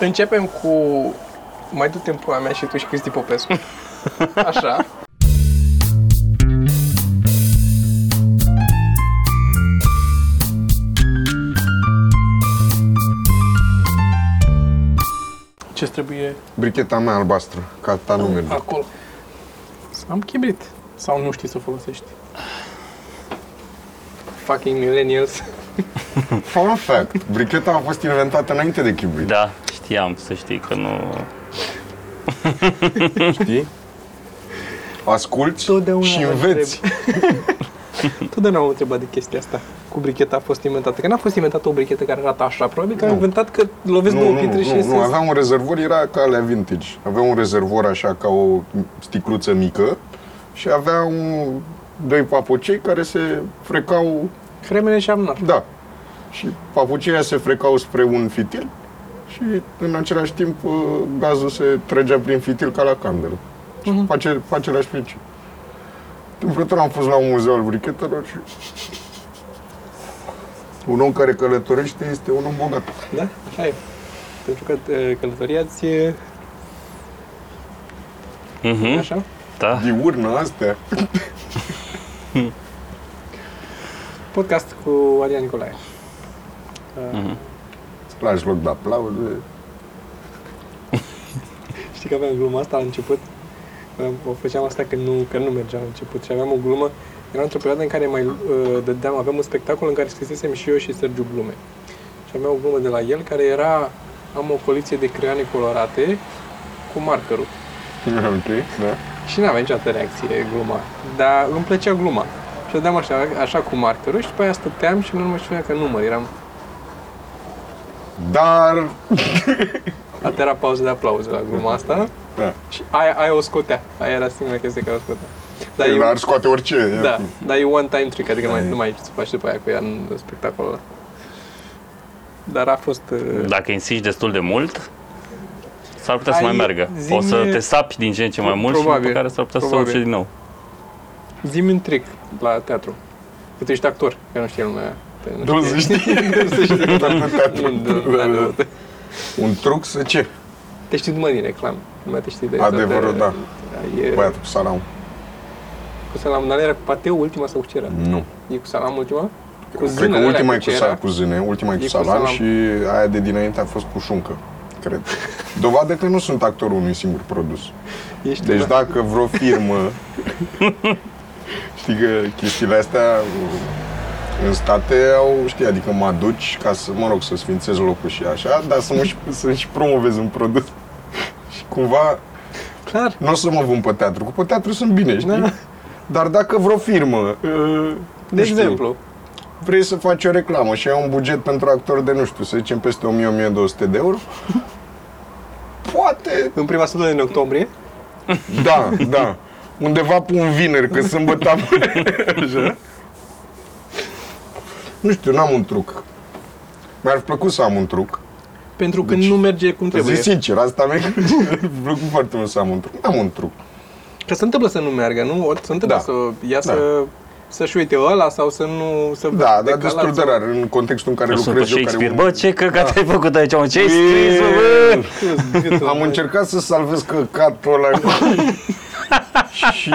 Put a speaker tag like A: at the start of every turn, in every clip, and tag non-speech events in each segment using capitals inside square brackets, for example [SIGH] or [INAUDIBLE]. A: Începem cu... Mai du-te în pula mea și tu și Cristi Popescu. Așa. ce trebuie
B: Bricheta mea albastră, că ta nu merge.
A: acolo? Am chibrit. Sau nu știi să o folosești. Fucking millennials.
B: Fun fact, bricheta a fost inventată înainte de chibrit,
C: Da, știam să știi că nu...
B: știi? Asculți
A: Totdeauna
B: și
A: mă
B: înveți.
A: Totdeauna m-am întrebat de chestia asta. Cu bricheta a fost inventată. Că n-a fost inventată o brichetă care arată așa. Probabil că au
B: Nu.
A: inventat că lovesc
B: Nu,
A: două
B: nu,
A: pietre și
B: nu,
A: iese
B: nu, avea un rezervor, era ca alea vintage. Avea un rezervor așa ca o sticluță mică și avea un, doi papocei care se frecau,
A: cremele și amnar.
B: da, și papoceia se frecau spre un fitil și în același timp ă, gazul se trăgea prin fitil ca la candelă.
A: Mhm.
B: Face, pe același principiu. Într-o am fost la un muzeu al brichetelor și... [LAUGHS] Un om care călătorește este un om bogat.
A: Da? Așa e. Pentru că e, călătoria ți e
C: Mhm,
A: așa.
C: da.
B: Diurnă astea.
A: Podcast cu Adrian Nicolae. Uh,
C: Mhm.
B: Îți lași loc de aplauze. [LAUGHS]
A: Știi că aveam gluma asta la început? O făceam asta când nu, când nu mergea la început și aveam o glumă. Era într-o perioadă în care mai uh, dădeam, aveam un spectacol în care scrisesem și eu și Sergiu glume. Și aveam o glumă de la el care era am o colecție de creioane colorate cu markerul.
B: Ok, da.
A: Și n-avea niciodată reacție gluma, dar îmi plăcea gluma. Și o dădeam așa, așa cu markerul și după aia stăteam și nu mă știam că număr, eram
B: Dar...
A: Asta era pauză de aplauze la gluma asta
B: Da.
A: și aia, aia o scotea. Aia era singura chestie care o scotea. Dar
B: Dar
A: eu,
B: ar scoate orice.
A: Da, dar e one time trick, adică mai,
B: Da, e.
A: nu mai ce să faci după aia cu ea în spectacolul ăla. Dar a fost...
B: Da.
A: uh,
C: Dacă insisti destul de mult, s-ar putea să
A: Ai-
C: mai meargă. O
A: zi-mi-
C: să te sapi din ce în ce mai mult și
A: Probabil,
C: după care s-ar putea să o
A: probabil.
C: uci din nou.
A: Zi-mi un trick la teatru. Că tu ești actor, că nu știe lumea aia. Pe- nu
B: Nu
A: știe-
B: se știe.
A: [LAUGHS] Nu se știe.
B: Dar de teatru.
A: Nu, da,
B: Da,
A: da,
B: da.
A: da.
B: Un truc să ce?
A: Te știi numai din reclam. Lumea te știe de...
B: Adevărul,
A: de-
B: da.
A: E,
B: Băiatul cu salam.
A: cu salam, dar era cu pateu ultima sau cu cera?
B: Nu.
A: E cu salam ultima? Cu
B: Mm. Cred că
A: alea,
B: ultima e cu,
A: cera.
B: sal, cu zâne, ultima e cu
A: cu
B: salam
A: salam.
B: și aia de dinainte a fost cu șuncă,
A: [LAUGHS]
B: cred. Dovadă că nu sunt actorul unui singur produs.
A: Ești
B: Deci
A: da.
B: dacă vreo
A: [LAUGHS]
B: firmă... știi că chestiile astea uh, în state au, știi, adică mă aduci ca să, mă rog, să sfințez locul și așa, dar să, mă și, să și promovez un produs. [LAUGHS] și cumva
A: Clar.
B: nu o să mă vând pe teatru, că pe teatru sunt bine, știi?
A: Da.
B: Dar dacă vreo firmă, uh,
A: De
B: nu știu,
A: exemplu,
B: vrei să faci o reclamă și ai un buget pentru actor de, nu știu, să zicem peste 1000-1200 de euro, poate
A: în prima săptămână din octombrie,
B: Da, da. Undeva pe un vineri, că sâmbătă am... Așa. Nu știu, n-am un truc. Mi-ar fi plăcut să am un truc.
A: pentru că
B: Deci,
A: nu merge cum
B: Trebuie.
A: trebuie.
B: Zic sincer, asta mi-ar fi [LAUGHS] plăcut foarte mult să am un truc. N-am un truc.
A: Că se întâmplă să nu meargă, nu? Ori se întâmplă
B: Da.
A: să iasă, să-și uite ăla sau să nu... Să
B: Da, dar
A: decalați.
B: destul de rar în contextul în care
C: Nu sunt pe
B: lucrez eu. Care
C: Shakespeare. Bă, ce căcat
A: Da.
C: ai făcut aici, mă? Ce ai scris, mă, bă?
B: Eee,
A: Câți gâtul,
B: [LAUGHS] Am
A: bă.
B: încercat să salvez căcatul ăla.
A: [LAUGHS]
B: și,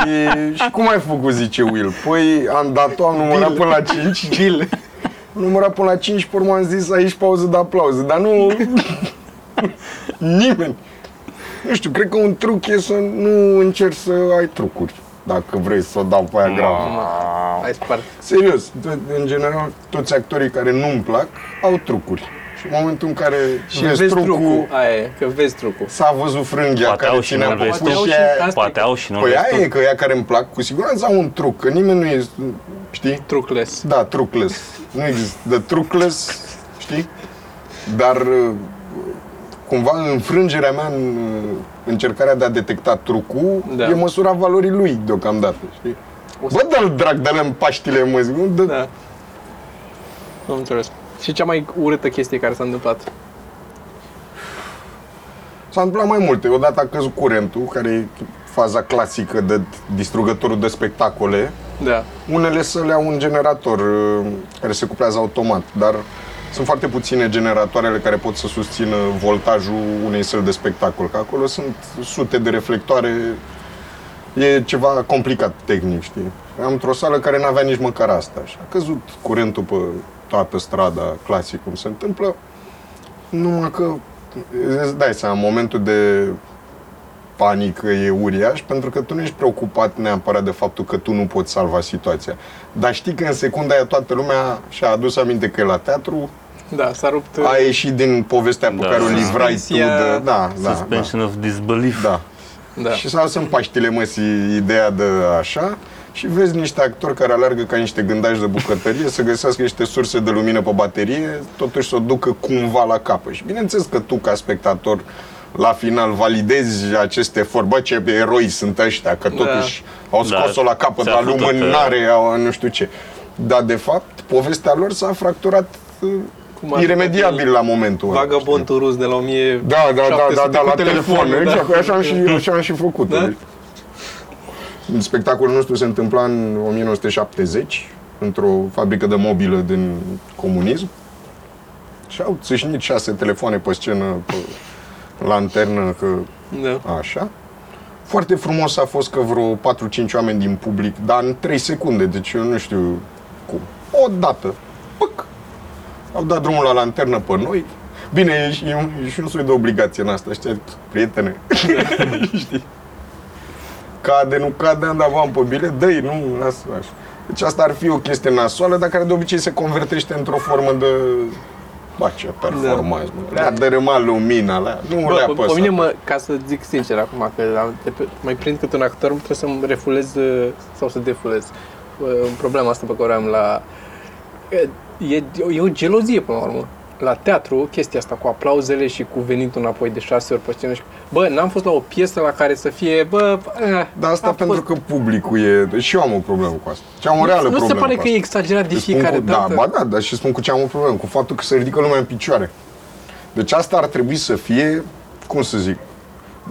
B: și cum ai făcut, zice Will? Păi am dat-o, am numărat până la 5
A: Gil.
B: Am numărat până la 5 și pe urmă am zis aici pauză de aplauze, dar nu... Nimeni. Nu știu, cred că un truc e să nu încerci să ai trucuri, dacă vrei să o dau pe aia gravă.
A: Ai spart.
B: Serios, to- în general, toți actorii care nu-mi plac au trucuri. Și în momentul în care
A: Și vezi, trucul. Aia e, că vezi trucul.
B: s-a văzut frânghia
C: Poate
B: care
C: au și
B: ținea
C: nu-l vezi
B: păpușii
A: tu. Poate au și-
B: aia-
A: Asta
C: Poate
A: e-
C: au și nu
B: Păi
C: vezi
B: aia
C: tu.
B: e, că ea care îmi plac, cu siguranță au un truc, că nimeni nu e, știi?
A: Trucles.
B: Da, truckless. Nu există. The truckless, știi? Dar uh, cumva înfrângerea mea în uh, încercarea de a detecta trucul
A: Da.
B: da. e măsura valorii lui deocamdată, știi?
A: O să-
B: Bă, dă-l drag, dă-l în paștile, mă zic, nu? Dă...
A: Da. Am înțeles. Și cea mai urâtă chestie care s-a întâmplat?
B: S-a întâmplat mai multe. Odată a căzut curentul, care e faza clasică de distrugătorul de spectacole.
A: Da.
B: Unele săle au un generator uh, care se cuplează automat, dar Sunt foarte puține generatoarele care pot să susțină voltajul unei săli de spectacol, că acolo sunt sute de reflectoare, e ceva complicat tehnic, știi? Am într-o sală care n-avea nici măcar asta și a căzut curentul pe toată strada, clasic, cum se întâmplă, numai că îți dai seama, momentul de panică e uriaș pentru că tu nu ești preocupat neapărat de faptul că tu nu poți salva situația. Dar știi că în secunda aia toată lumea și-a adus aminte că e la teatru,
A: Da, s-a rupt...
B: a ieșit din povestea pe
D: Da.
B: care o livrai tu
A: Suspensia-
B: de... Da, da, da.
D: Suspension of disbelief.
B: da.
A: Da.
B: Și s-a dus în paștile măsii ideea de așa și vezi niște actori care alergă ca niște gândași de bucătărie să găsească niște surse de lumină pe baterie, totuși să o ducă cumva la capă. Și bineînțeles că tu, ca spectator, la final validezi acest efort. Bă, ce eroi sunt ăștia, că totuși au
D: Da.
B: scos-o la capăt,
D: Ți-a
B: la
D: făcut-o pe-
B: lumânare, au nu știu ce. Dar, de fapt, povestea lor s-a fracturat uh,
A: Cum ar fi
B: iremediabil la momentul ăla. știi?
A: Vagabondul rus de la 1000...
B: Da, da, da, da, da, la telefon. Exact, așa am și, așa am și făcut.
A: Da?
B: Da? Spectacolul nostru se întâmpla în 1970, într-o fabrică de mobilă din comunism. Și au țâșnit șase telefoane pe scenă, pe lanternă, că
A: Da.
B: Așa. Foarte frumos a fost că vreo 4-5 oameni din public, dar în 3 secunde, deci eu nu știu cum. O dată, păc, au dat drumul la lanternă pe noi. Bine, e și, e un- e și un soi de obligație în asta, știi, prietene, [LAUGHS] știi. Cade, nu cade, am dat bani pe bilet, dă nu, lasă așa. Deci asta ar fi o chestie nasoală, dar care de obicei se convertește într-o formă de... Ba, ce performanță, da. le-a dărâmat lumina, le-a... nu
A: Bă,
B: le-a
A: pe, pe
B: păsat.
A: mine, mă, ca să zic sincer acum, că am- te, pe- mai prind cât un actor, trebuie să-mi refulez uh, sau să defulez uh, problema asta pe care o am la... uh, E, e, e o gelozie, până la urmă. La teatru, chestia asta cu aplauzele și cu venitul înapoi de șase ori pe scenă. și- Bă, n-am fost la o piesă la care să fie, bă... eh,
B: Dar asta
A: a
B: pentru
A: fost-
B: că publicul e... Și eu am o problemă cu asta. Ce am o reală
A: Nu
B: problemă
A: se pare
B: cu
A: că e
B: asta.
A: exagerat de
B: Îți spun
A: fiecare
B: cu, Da,
A: dată?
B: ba da, dar și spun cu ce am o problemă. Cu faptul că se ridică lumea în picioare. Deci asta ar trebui să fie, cum să zic,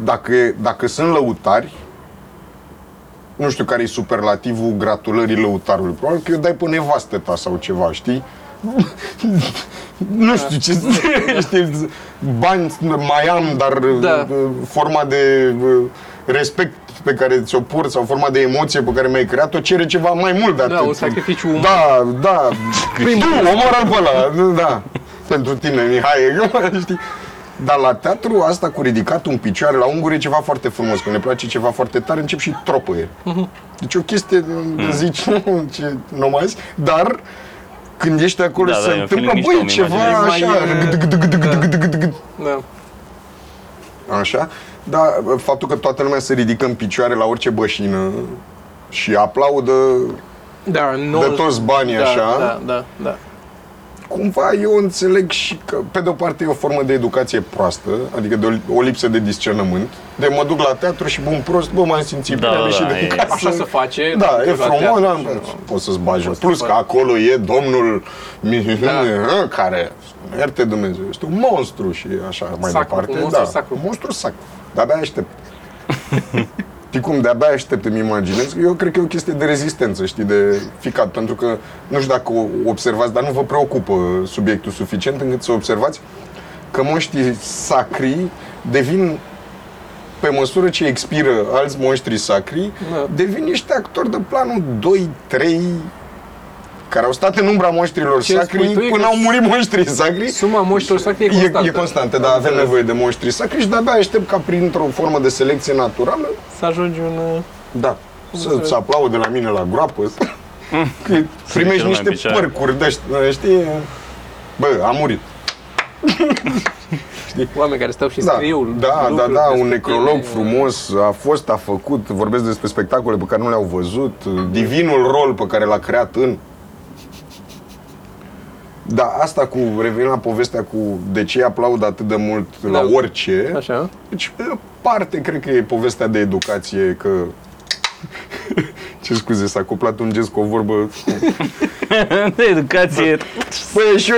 B: dacă, dacă sunt lăutari, nu știu care e superlativul gratulării lăutarului. Probabil că eu dai pe nevastă ta sau ceva, știi? nu știu ce știi, bani mai am, dar uh,
A: Da.
B: forma de uh, respect pe care ți-o port sau forma de emoție pe care mi-ai creat-o cere ceva mai mult de
A: Da,
B: atât.
A: un sacrificiu uman.
B: Da, da. tu, omoră pe ăla. Da. Pentru tine, Mihai, [LAUGHS] știi? Dar la teatru asta cu ridicatul în picioare la unguri e ceva foarte frumos. Când ne place ceva foarte tare, încep și tropă el. Deci o chestie,
D: Mm.
B: zici, [LAUGHS] nu, ce nomazi, dar când ești acolo
D: Da,
B: se
D: da, e un
B: întâmplă,
D: film
B: băi,
D: mișto, îmi
B: ceva
A: imaginez.
B: așa,
A: Mai,
B: gâd, gâd, gâd, gâd, gâd, gâd, gâd,
A: Da.
B: așa, dar faptul că toată lumea se ridică în picioare la orice bășină și aplaudă
A: Da, nu...
B: de toți banii
A: da,
B: așa,
A: Da, da, da.
B: cumva eu înțeleg și că, pe de-o parte, e o formă de educație proastă, adică de o, o lipsă de discernământ, de mă duc la teatru și bun prost, bă, m-am simțit
D: Da,
B: bine
D: da,
B: și
D: da,
B: de
D: e-
A: Așa se face.
B: Da, e
A: la teatru
B: frumos, da,
A: și nu-
B: poți să-ți bagi.
A: Poți să
B: Plus că
A: faci.
B: acolo e domnul da. care, ierte Dumnezeu, este un monstru și așa mai
A: Sacru,
B: departe.
A: un monstru
B: da.
A: sacru.
B: Monstru sacru. De-abia aștept. [LAUGHS] Știi cum? De-abia aștept, îmi imaginez. Eu cred că e o chestie de rezistență, știi, de ficat. Pentru că, nu știu dacă o observați, dar nu vă preocupă subiectul suficient încât să observați că moștii sacri devin pe măsură ce expiră alți monștri sacri,
A: Da.
B: devin niște actori de planul 2-3 care au stat în umbra monștrilor
A: Ce
B: sacri
A: spui tu e
B: până
A: că
B: au murit monștrii sacri.
A: Suma moștilor sacri e
B: E,
A: constantă.
B: e constantă, dar avem nevoie de monștri sacri și de-abia aștept ca printr-o formă de selecție naturală,
A: Să ajungi un... uh,
B: da, să-ți aplaude la mine la groapă, că
D: ridice
B: primești
D: lumea în
B: niște
D: picioare.
B: părcuri de ăștia, știi? Bă, a murit.
A: Oameni care stau și scriu.
B: Da, da,
A: lucruri
B: da, un
A: despre
B: necrolog
A: tine.
B: frumos a fost, a făcut, vorbesc despre spectacole pe care nu le-au văzut,
A: Mm.
B: divinul rol pe care l-a creat în... Da, asta cu, revenind la povestea cu de ce aplaud atât de mult da. la
A: Da.
B: orice,
A: Așa.
B: deci, pe de-o parte, cred că e povestea de educație, că... [LAUGHS] Ce scuze, s-a cuplat un gest cu o vorbă
C: [LAUGHS] De educație.
B: Păi și,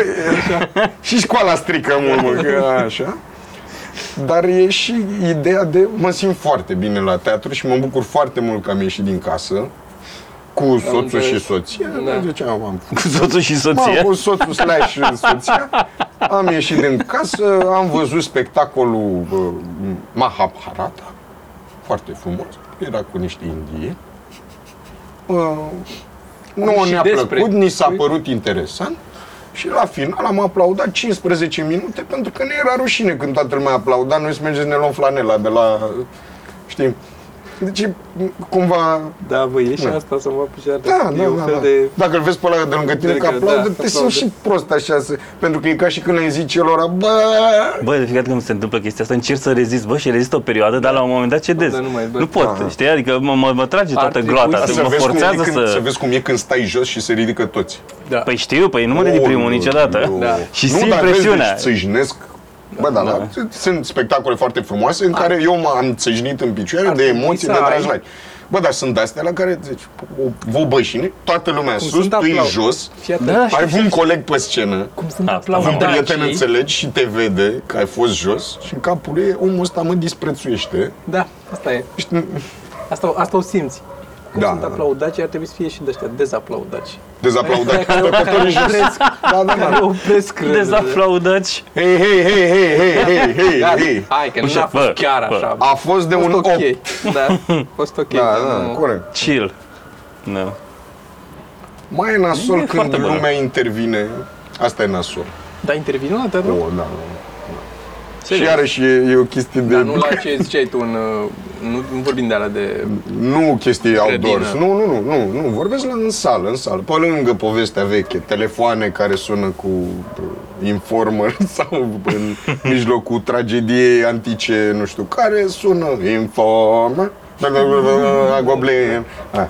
B: și școala strică mult, mă, că așa. Dar e și ideea de mă simt foarte bine la teatru și mă bucur foarte mult că am ieșit din casă. cu soțul
A: înțeles.
B: și soția,
A: Da.
B: da. deci am, am
C: Cu soțul și
B: Mă,
C: soție.
B: cu soțul slash soția, am ieșit din casă, am văzut spectacolul uh, Mahabharata, foarte frumos, era cu niște indieni. Uh, nu
A: și
B: ne-a
A: despre-
B: plăcut, ni s-a părut interesant și la final am aplaudat 15 minute pentru că ne era rușine când toată lumea aplauda, noi să mergem să ne luăm flanela de la, știi, deci cumva
A: Da, bă, e și
B: Da.
A: asta să mă fac și
B: da,
A: E
B: da,
A: un
B: da,
A: fel
B: da.
A: de...
B: Dacă îl vezi pe ăla de lângă tine
A: De
B: că
A: lângă-
B: aplaudă,
A: da,
B: te
A: aplaudă.
B: simți și prost așa, să, pentru că e ca și când ai zis celor, bă,
C: Bă, de fiecare dată când se întâmplă chestia asta, încerc să rezist, bă, și rezist o perioadă, dar la un moment dat cedez.
A: Da, nu mai, bă.
C: nu pot,
B: Da.
C: știi? Adică mă, mă, mă trage toată
A: trebui
C: gloata,
A: să
C: mă
B: vezi, cum e
C: forțează
B: când, să
C: să...
B: vezi cum e când stai jos și se ridică toți.
A: Da.
C: Păi știu, păi nu mă ridic primul
B: Olu,
C: niciodată.
B: eu-
A: Da.
C: Și
B: nu,
C: simt
B: dar
C: presiunea.
B: Vezi, deci, țâșnesc. Bă, da, da, Sunt spectacole foarte frumoase
C: Da.
B: în care eu m-am țâșnit în picioare
A: Ar
B: de
A: trebui
B: emoții
A: să
B: de
A: ai-
B: dragi Bă, dar sunt astea la care, deci, o- vă bășine, toată lumea
A: Cum
B: sus,
A: sunt
B: tu ești
A: aplauze.
B: jos,
A: Fii atent.
C: Da,
B: ai un coleg pe scenă,
A: Cum sunt
C: Asta,
B: un
C: da.
B: prieten
A: aplaudacii.
B: înțelegi și te vede că ai fost jos și în capul lui e, omul ăsta mă disprețuiește.
A: Da, asta e.
B: Știi,
A: Asta, asta o simți. Cum
B: Da,
A: sunt
B: da, da.
A: aplaudaci, ar trebui să fie și de ăștia dezaplaudaci.
B: [LAUGHS] Dezaplaudat. Tăpătorii jos. Da, da,
A: Care
B: da.
A: opresc rândul.
C: Dezaplaudați.
B: Hei, hei, hei, hei, hei, hei, hei,
A: Da,
B: hei.
A: hai că
C: Ușa,
A: n-a fost
C: bă,
A: chiar
C: bă.
A: așa.
B: A fost de
A: A
B: un
A: fost ok.
B: 8.
A: Da, a fost ok.
B: Da,
A: că
B: da,
A: nu-
B: corect.
C: Chill. Da. Nu.
B: Mai e nasol
C: E
B: când
C: foarte bună.
B: lumea intervine. Asta e nasol.
A: Dar intervine la tău?
B: Oh, da, da. Și iarăși e, e o chestie de...
A: Dar nu la ce ziceai tu în... uh, Nu, nu vorbim de alea de...
B: Nu chestii outdoors.
A: grădină.
B: Nu, nu, nu, nu, nu. Vorbesc la, în sală, în sală. Pe lângă povestea veche, telefoane care sună cu uh, informer [LAUGHS] sau în mijlocul tragediei antice, nu știu care, sună informer. Goblin. Ah.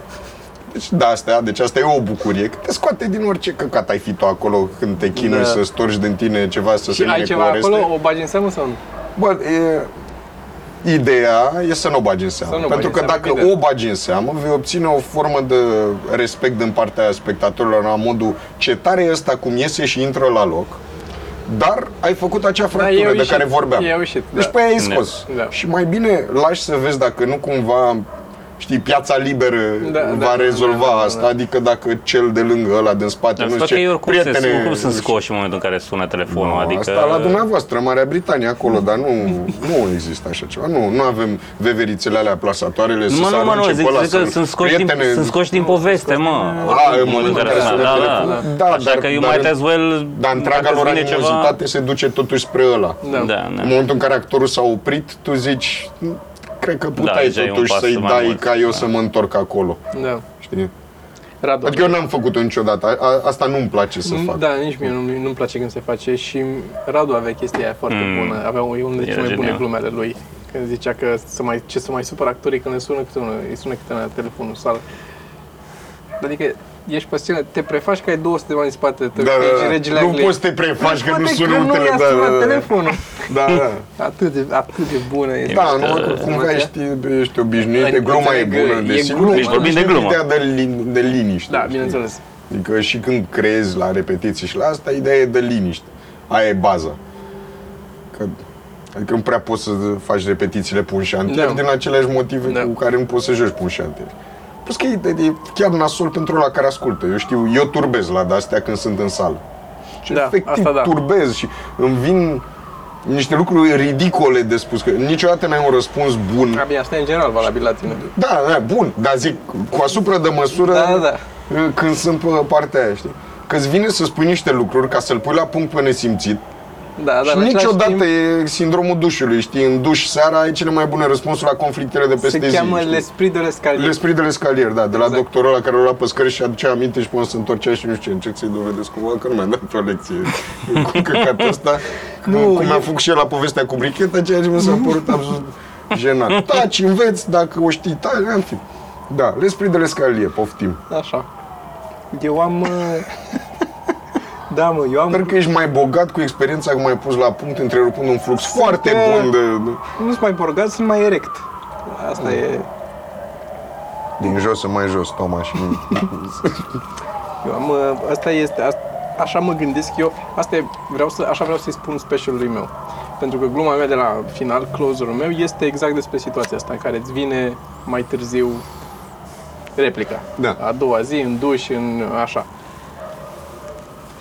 B: Deci, da, asta, deci asta e o bucurie, că te scoate din orice căcat ai fi tu acolo când te chinui
A: Da.
B: să storci din tine ceva, să se
A: Și ai
B: mine cu
A: ceva
B: areste.
A: acolo? O bagi în seamă sau nu?
B: Bă, e... Ideea e să nu o bagi în seamă.
A: Să nu o
B: Pentru
A: bagi
B: că
A: în seamă,
B: dacă
A: bine.
B: o bagi în seamă, vei obține o formă de respect din partea spectatorilor la modul ce tare e ăsta cum iese și intră la loc, dar ai făcut acea
A: Da, e
B: fractură de
A: ieșit,
B: care vorbeam.
A: e ieșit,
B: Deci
A: da.
B: pe aia ai scos.
A: Da.
B: Și mai bine lași să vezi dacă nu cumva știi, piața liberă
A: Da, da,
B: va
A: da,
B: rezolva
A: da, da, da.
B: asta, adică dacă cel de lângă ăla din spate
C: Dar
B: nu
C: sper că
B: zice,
C: ei oricum,
B: prietene,
C: se, oricum sunt
B: nu știu,
C: scoși în momentul în care sună telefonul,
B: No,
C: adică...
B: Asta la dumneavoastră, Marea Britanie, acolo, dar nu, nu există așa ceva. Nu, nu avem veverițele alea plasatoarele
C: Nu,
B: să se
C: nu, mă,
B: arunce
C: nu,
B: pe
C: zic,
B: ăla,
C: zic că sunt scoși, din,
B: prietene,
C: sunt scoși din poveste, mă.
B: A, în momentul în care
C: sună,
B: sună
C: da,
B: telefonul.
C: da.
B: Da,
C: Așa
B: dar-
C: că you
B: dar-
C: might as well...
B: Dar întreaga
C: dacă
B: lor
C: îți vine ceva-
B: animozitate se duce totuși spre ăla.
A: Da.
C: Da,
B: În
C: da.
B: momentul în care actorul s-a oprit, tu zici, cred că puteai
C: deja Da, e un
B: totuși
C: pas
B: să-i
C: mai
B: dai
C: mult,
B: ca eu
C: da.
B: să mă întorc acolo.
A: Da.
B: Știi?
A: Radu.
B: Adică eu n-am făcut-o niciodată. A- a- Asta nu-mi place să fac.
A: Da, nici mie nu, nu-mi place când se face și Radu avea chestia aia foarte
C: Mm.
A: bună. Avea o- e unul dintre
C: Era
A: cele mai bune
C: genial.
A: glume ale lui. Când zicea că să mai, ce să mai supăr actorii când le sună câte una, îi sună câte una la telefonul în sală. Adică ești pe scenă, te prefaci că ai 200 de mani în spate, te
B: Da, da,
A: ești
B: da.
A: regele
B: Nu
A: Angliei.
B: poți să te prefaci că nu
A: Poate
B: sună
A: că
B: un
A: nu
B: tele-
A: i-a
B: da,
A: sunat
B: da, da.
A: telefonul.
B: Da, da.
A: Atât de, atât de bună este.
B: Da,
C: Mișto.
B: nu, cumva ești, ești obișnuit,
A: Adică
B: e gluma e
A: înțeleg că
B: bună,
A: e
B: desigur.
A: glumă.
C: Deci vorbim de
B: Ești
C: glumă.
B: Ideea de, lin, de liniște.
A: Da,
B: știi?
A: bineînțeles.
B: Adică și când creezi la repetiții și la asta, ideea e de liniște. Aia e baza. Că, adică nu prea poți să faci repetițiile pe un șantier
A: Da.
B: din aceleași motive
A: Da.
B: cu care nu poți să joci pe un șantier. Plus că e, e chiar nasol pentru la care ascultă. Eu știu, eu turbez la de-astea când sunt în sală. Și
A: Da,
B: efectiv
A: asta da.
B: turbez și îmi vin niște lucruri ridicole de spus. Că niciodată n-ai un răspuns bun.
A: Abia asta e în general valabil la tine.
B: Da, da, bun, dar zic, cu asupra de măsură
A: Da, da, da.
B: când sunt pe partea aia, știi? că îți vine să spui niște lucruri ca să-l pui la punct pe nesimțit
A: Da,
B: și
A: în același
B: niciodată
A: timp,
B: e sindromul dușului, știi? În duș seara ai cele mai bune răspunsuri la conflictele de peste
A: se
B: zi.
A: cheamă
B: știi?
A: L'Esprit de l'escalier.
B: L'esprit de l'escalier, da, de la
A: Exact.
B: doctorul ăla care o lua pe scări și aducea aminte și până se întorcea și nu știu ce, încerc să-i dovedesc cumva că nu mi-a dat o lecție cu căcatul ăsta, nu, cum, cum mi-a făcut și el la povestea cu bricheta, ceea ce mi s-a părut absolut jenant. Taci, înveți, dacă o știi, taci, în fine. Da, l'esprit de l'escalier, poftim.
A: Așa. Eu am... uh, [LAUGHS] da, mă, eu
B: Sper
A: am...
B: că ești mai bogat cu experiența că mai pus la punct, întrerupând un flux foarte
A: uh,
B: bun de, de-
A: Nu-s mai borgat, sunt mai erect.
B: Mm.
A: Asta e...
B: din jos în mai jos, Toma și...
A: Eu am... uh, Asta este... Asta, așa mă gândesc eu. Asta e, vreau să, așa vreau să-i spun specialului meu. Pentru că gluma mea de la final, closerul meu, este exact despre situația asta, în care îți vine mai târziu replica.
B: Da.
A: A doua zi, în duș, în așa.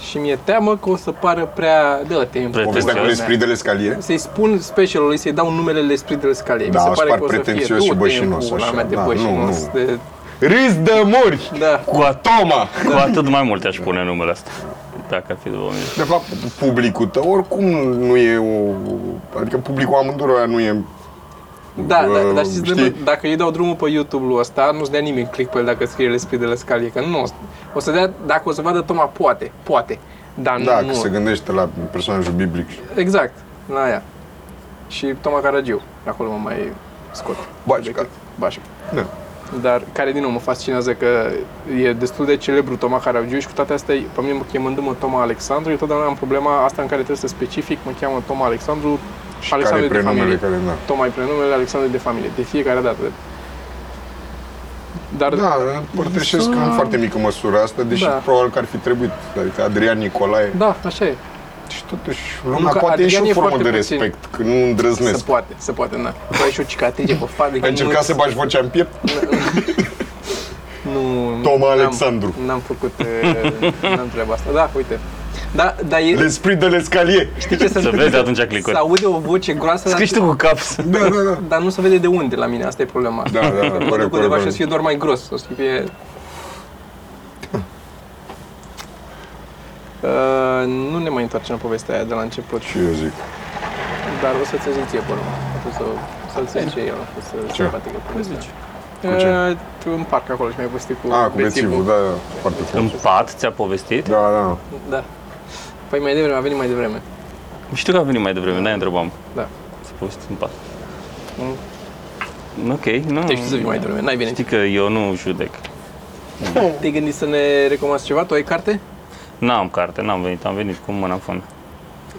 A: Și mi-e teamă că o să pară prea de la timp.
B: Povestea cu
C: Pretențioasă.
B: Lesprit de Lescalier?
A: Să-i spun specialului, să-i dau numele Lesprit de Lescalie.
B: Da,
A: Mi se
B: aș
A: pare
B: par
A: că o să fie
B: pretențios și
A: du-te în
B: bășinos,
A: pula
B: așa,
A: mea de
B: da, nu,
A: bășinos,
B: nu.
A: de-
B: Râs de mori!
A: Da.
C: Cu, at-
B: Toma!
C: cu atât mai mult aș pune numele asta. Dacă ar fi 2000.
B: De fapt, publicul tău oricum nu e o... Adică publicul amândurora nu e...
A: Da, da,
B: Uh,
A: dar știți,
B: știi?
A: știi? dacă ei dau drumul pe YouTube-ul ăsta, nu-ți dea nimeni click pe el dacă scrie Lesprit de Lescalie, că nu, o să- o să dea, dacă o să vadă Toma, poate, poate, dar
B: Da,
A: nu,
B: că se gândește la personajul biblic.
A: exact, la aia. Și Toma Caragiu, acolo mă mai scot.
B: Bașca.
A: Decât Bașca.
B: Deci Da.
A: Dar care din nou mă fascinează că e destul de celebru Toma Caragiu și cu toate astea, pe mine mă chemându-mă Toma Alexandru, eu totdeauna am problema asta în care trebuie să specific, mă cheamă Toma Alexandru,
B: Și care e
A: e de
B: prenumele
A: familie.
B: care... Da.
A: Tocmai prenumele Alexandru de familie, de fiecare dată. Dar da.
B: Da, împărtășesc în foarte mică măsură asta, deși
A: Da.
B: probabil că ar fi trebuit. Adică Adrian Nicolae.
A: da, așa e.
B: Și totuși,
A: Nu,
B: lumea
A: că
B: poate e și
A: Adrian
B: o
A: e
B: formă
A: foarte
B: de
A: puțin.
B: respect, că nu îndrăznesc.
A: Se poate, se poate, na. Tu ai și o cicatrice pe față. că
B: Ai încercat
A: nu-
B: să bagi vocea în piept?
A: Nu, nu,
B: Toma
A: n-am-
B: Alexandru.
A: N-am făcut, eh, n-am treaba asta. Da, uite. Da, dar e,
B: L'esprit de l'escalier!
A: știi ce se
C: Să
A: întâmplă?
C: vezi atunci clicuri.
A: Se aude o voce groasă, dar,
C: Scrii și tu cu cap. să-
B: Da, da, da.
A: dar nu se vede de unde la mine, asta e problema.
B: Da, da, da, corect,
A: Mă duc
B: corect,
A: undeva și o
B: corect.
A: să fie doar mai gros, o să fie...
B: [LAUGHS]
A: Uh, nu ne mai întoarcem la povestea aia de la început.
B: Și eu zic,
A: Dar o să-ți zic eu, până O să, să-l zic ce eu, o să
B: Ce?
A: simpatică povestea.
B: zici?
A: E,
B: Cu ce?
A: Tu în parc acolo și mi-ai povestit cu
B: a, cu bețivul, da, da, foarte
C: În
B: frumos.
C: pat ți-a povestit?
B: Da, da,
A: Da. Păi mai devreme, a venit mai devreme.
C: Știu că a venit mai devreme, n-ai întrebam.
A: Da.
C: Să povestit în pat.
A: Mm.
C: Ok, nu.
A: Te știu să vii mai devreme, n-ai venit.
C: Știi că eu nu judec.
A: Te-ai gândit să ne recomanzi ceva? Tu ai carte?
C: N-am carte, n-am venit, am venit cu mâna în fund.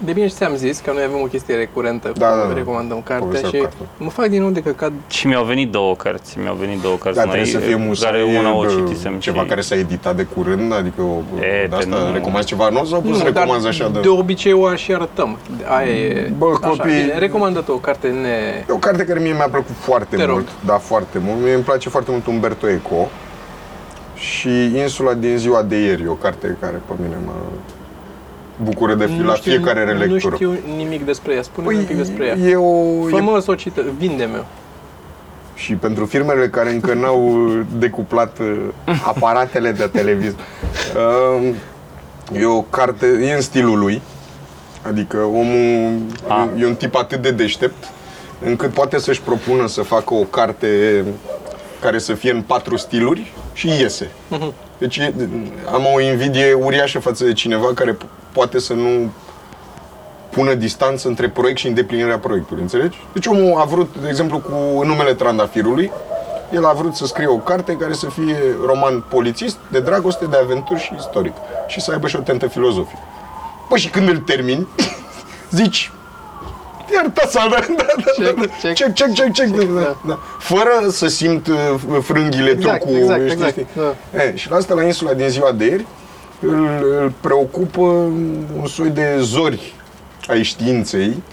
A: De bine și ți-am zis că noi avem o chestie recurentă
B: Da,
A: cu
B: da, da.
A: recomandăm cartea
B: Povestea
A: și
B: cu cartea.
A: mă fac din nou de căcat
C: Și mi-au venit două cărți, mi-au venit două cărți
B: da,
C: noi, eh,
B: trebuie să fie musa,
C: care una o citisem
B: ceva
C: și...
B: care s-a editat de curând, adică o,
C: E,
B: de
C: pe nu.
B: asta recomand ceva nou sau poți să
A: Nu, dar
B: recomanzi așa de...
A: de obicei o și arătăm. Aia e...
B: Bă, copii-
A: bine, recomandă tu o carte ne...
B: E o carte care mie mi-a plăcut foarte
A: Te rog.
B: mult, da, foarte mult. Mie îmi place foarte mult Umberto Eco și Insula din ziua de ieri, e o carte care pe mine mă bucură de fi la fiecare
A: nu
B: relectură. Păi
A: știu nimic despre ea. Spune un pic despre ea.
B: e o...
A: Fă
B: E
A: mă să o cită, vinde-mi
B: Și pentru firmele care încă n-au decuplat uh, aparatele de televizor, uh, e o carte, e în stilul lui, adică omul
C: Ah.
B: e un tip atât de deștept încât poate să-și propună să facă o carte care să fie în patru stiluri și iese. Deci e- am o invidie uriașă față de cineva care po- poate să nu pună distanță între proiect și îndeplinirea proiectului, înțelegi? Deci omul a vrut, de exemplu, cu numele Trandafirului, el a vrut să scrie o carte care să fie roman polițist, de dragoste, de aventuri și istoric. Și să aibă și o tentă filozofică. Păi și când îl termini, [LAUGHS] zici, iertați da, da, da,
A: Check,
B: da,
A: check.
B: check, check, check, check, da, da,
A: da.
B: da. Fără să simt uh, frânghile
A: Exact,
B: trucul,
A: exact,
B: știi,
A: exact,
B: știi?
A: da.
B: E, și la asta, la insula din ziua de ieri, îl, îl preocupă un soi de zori ai științei.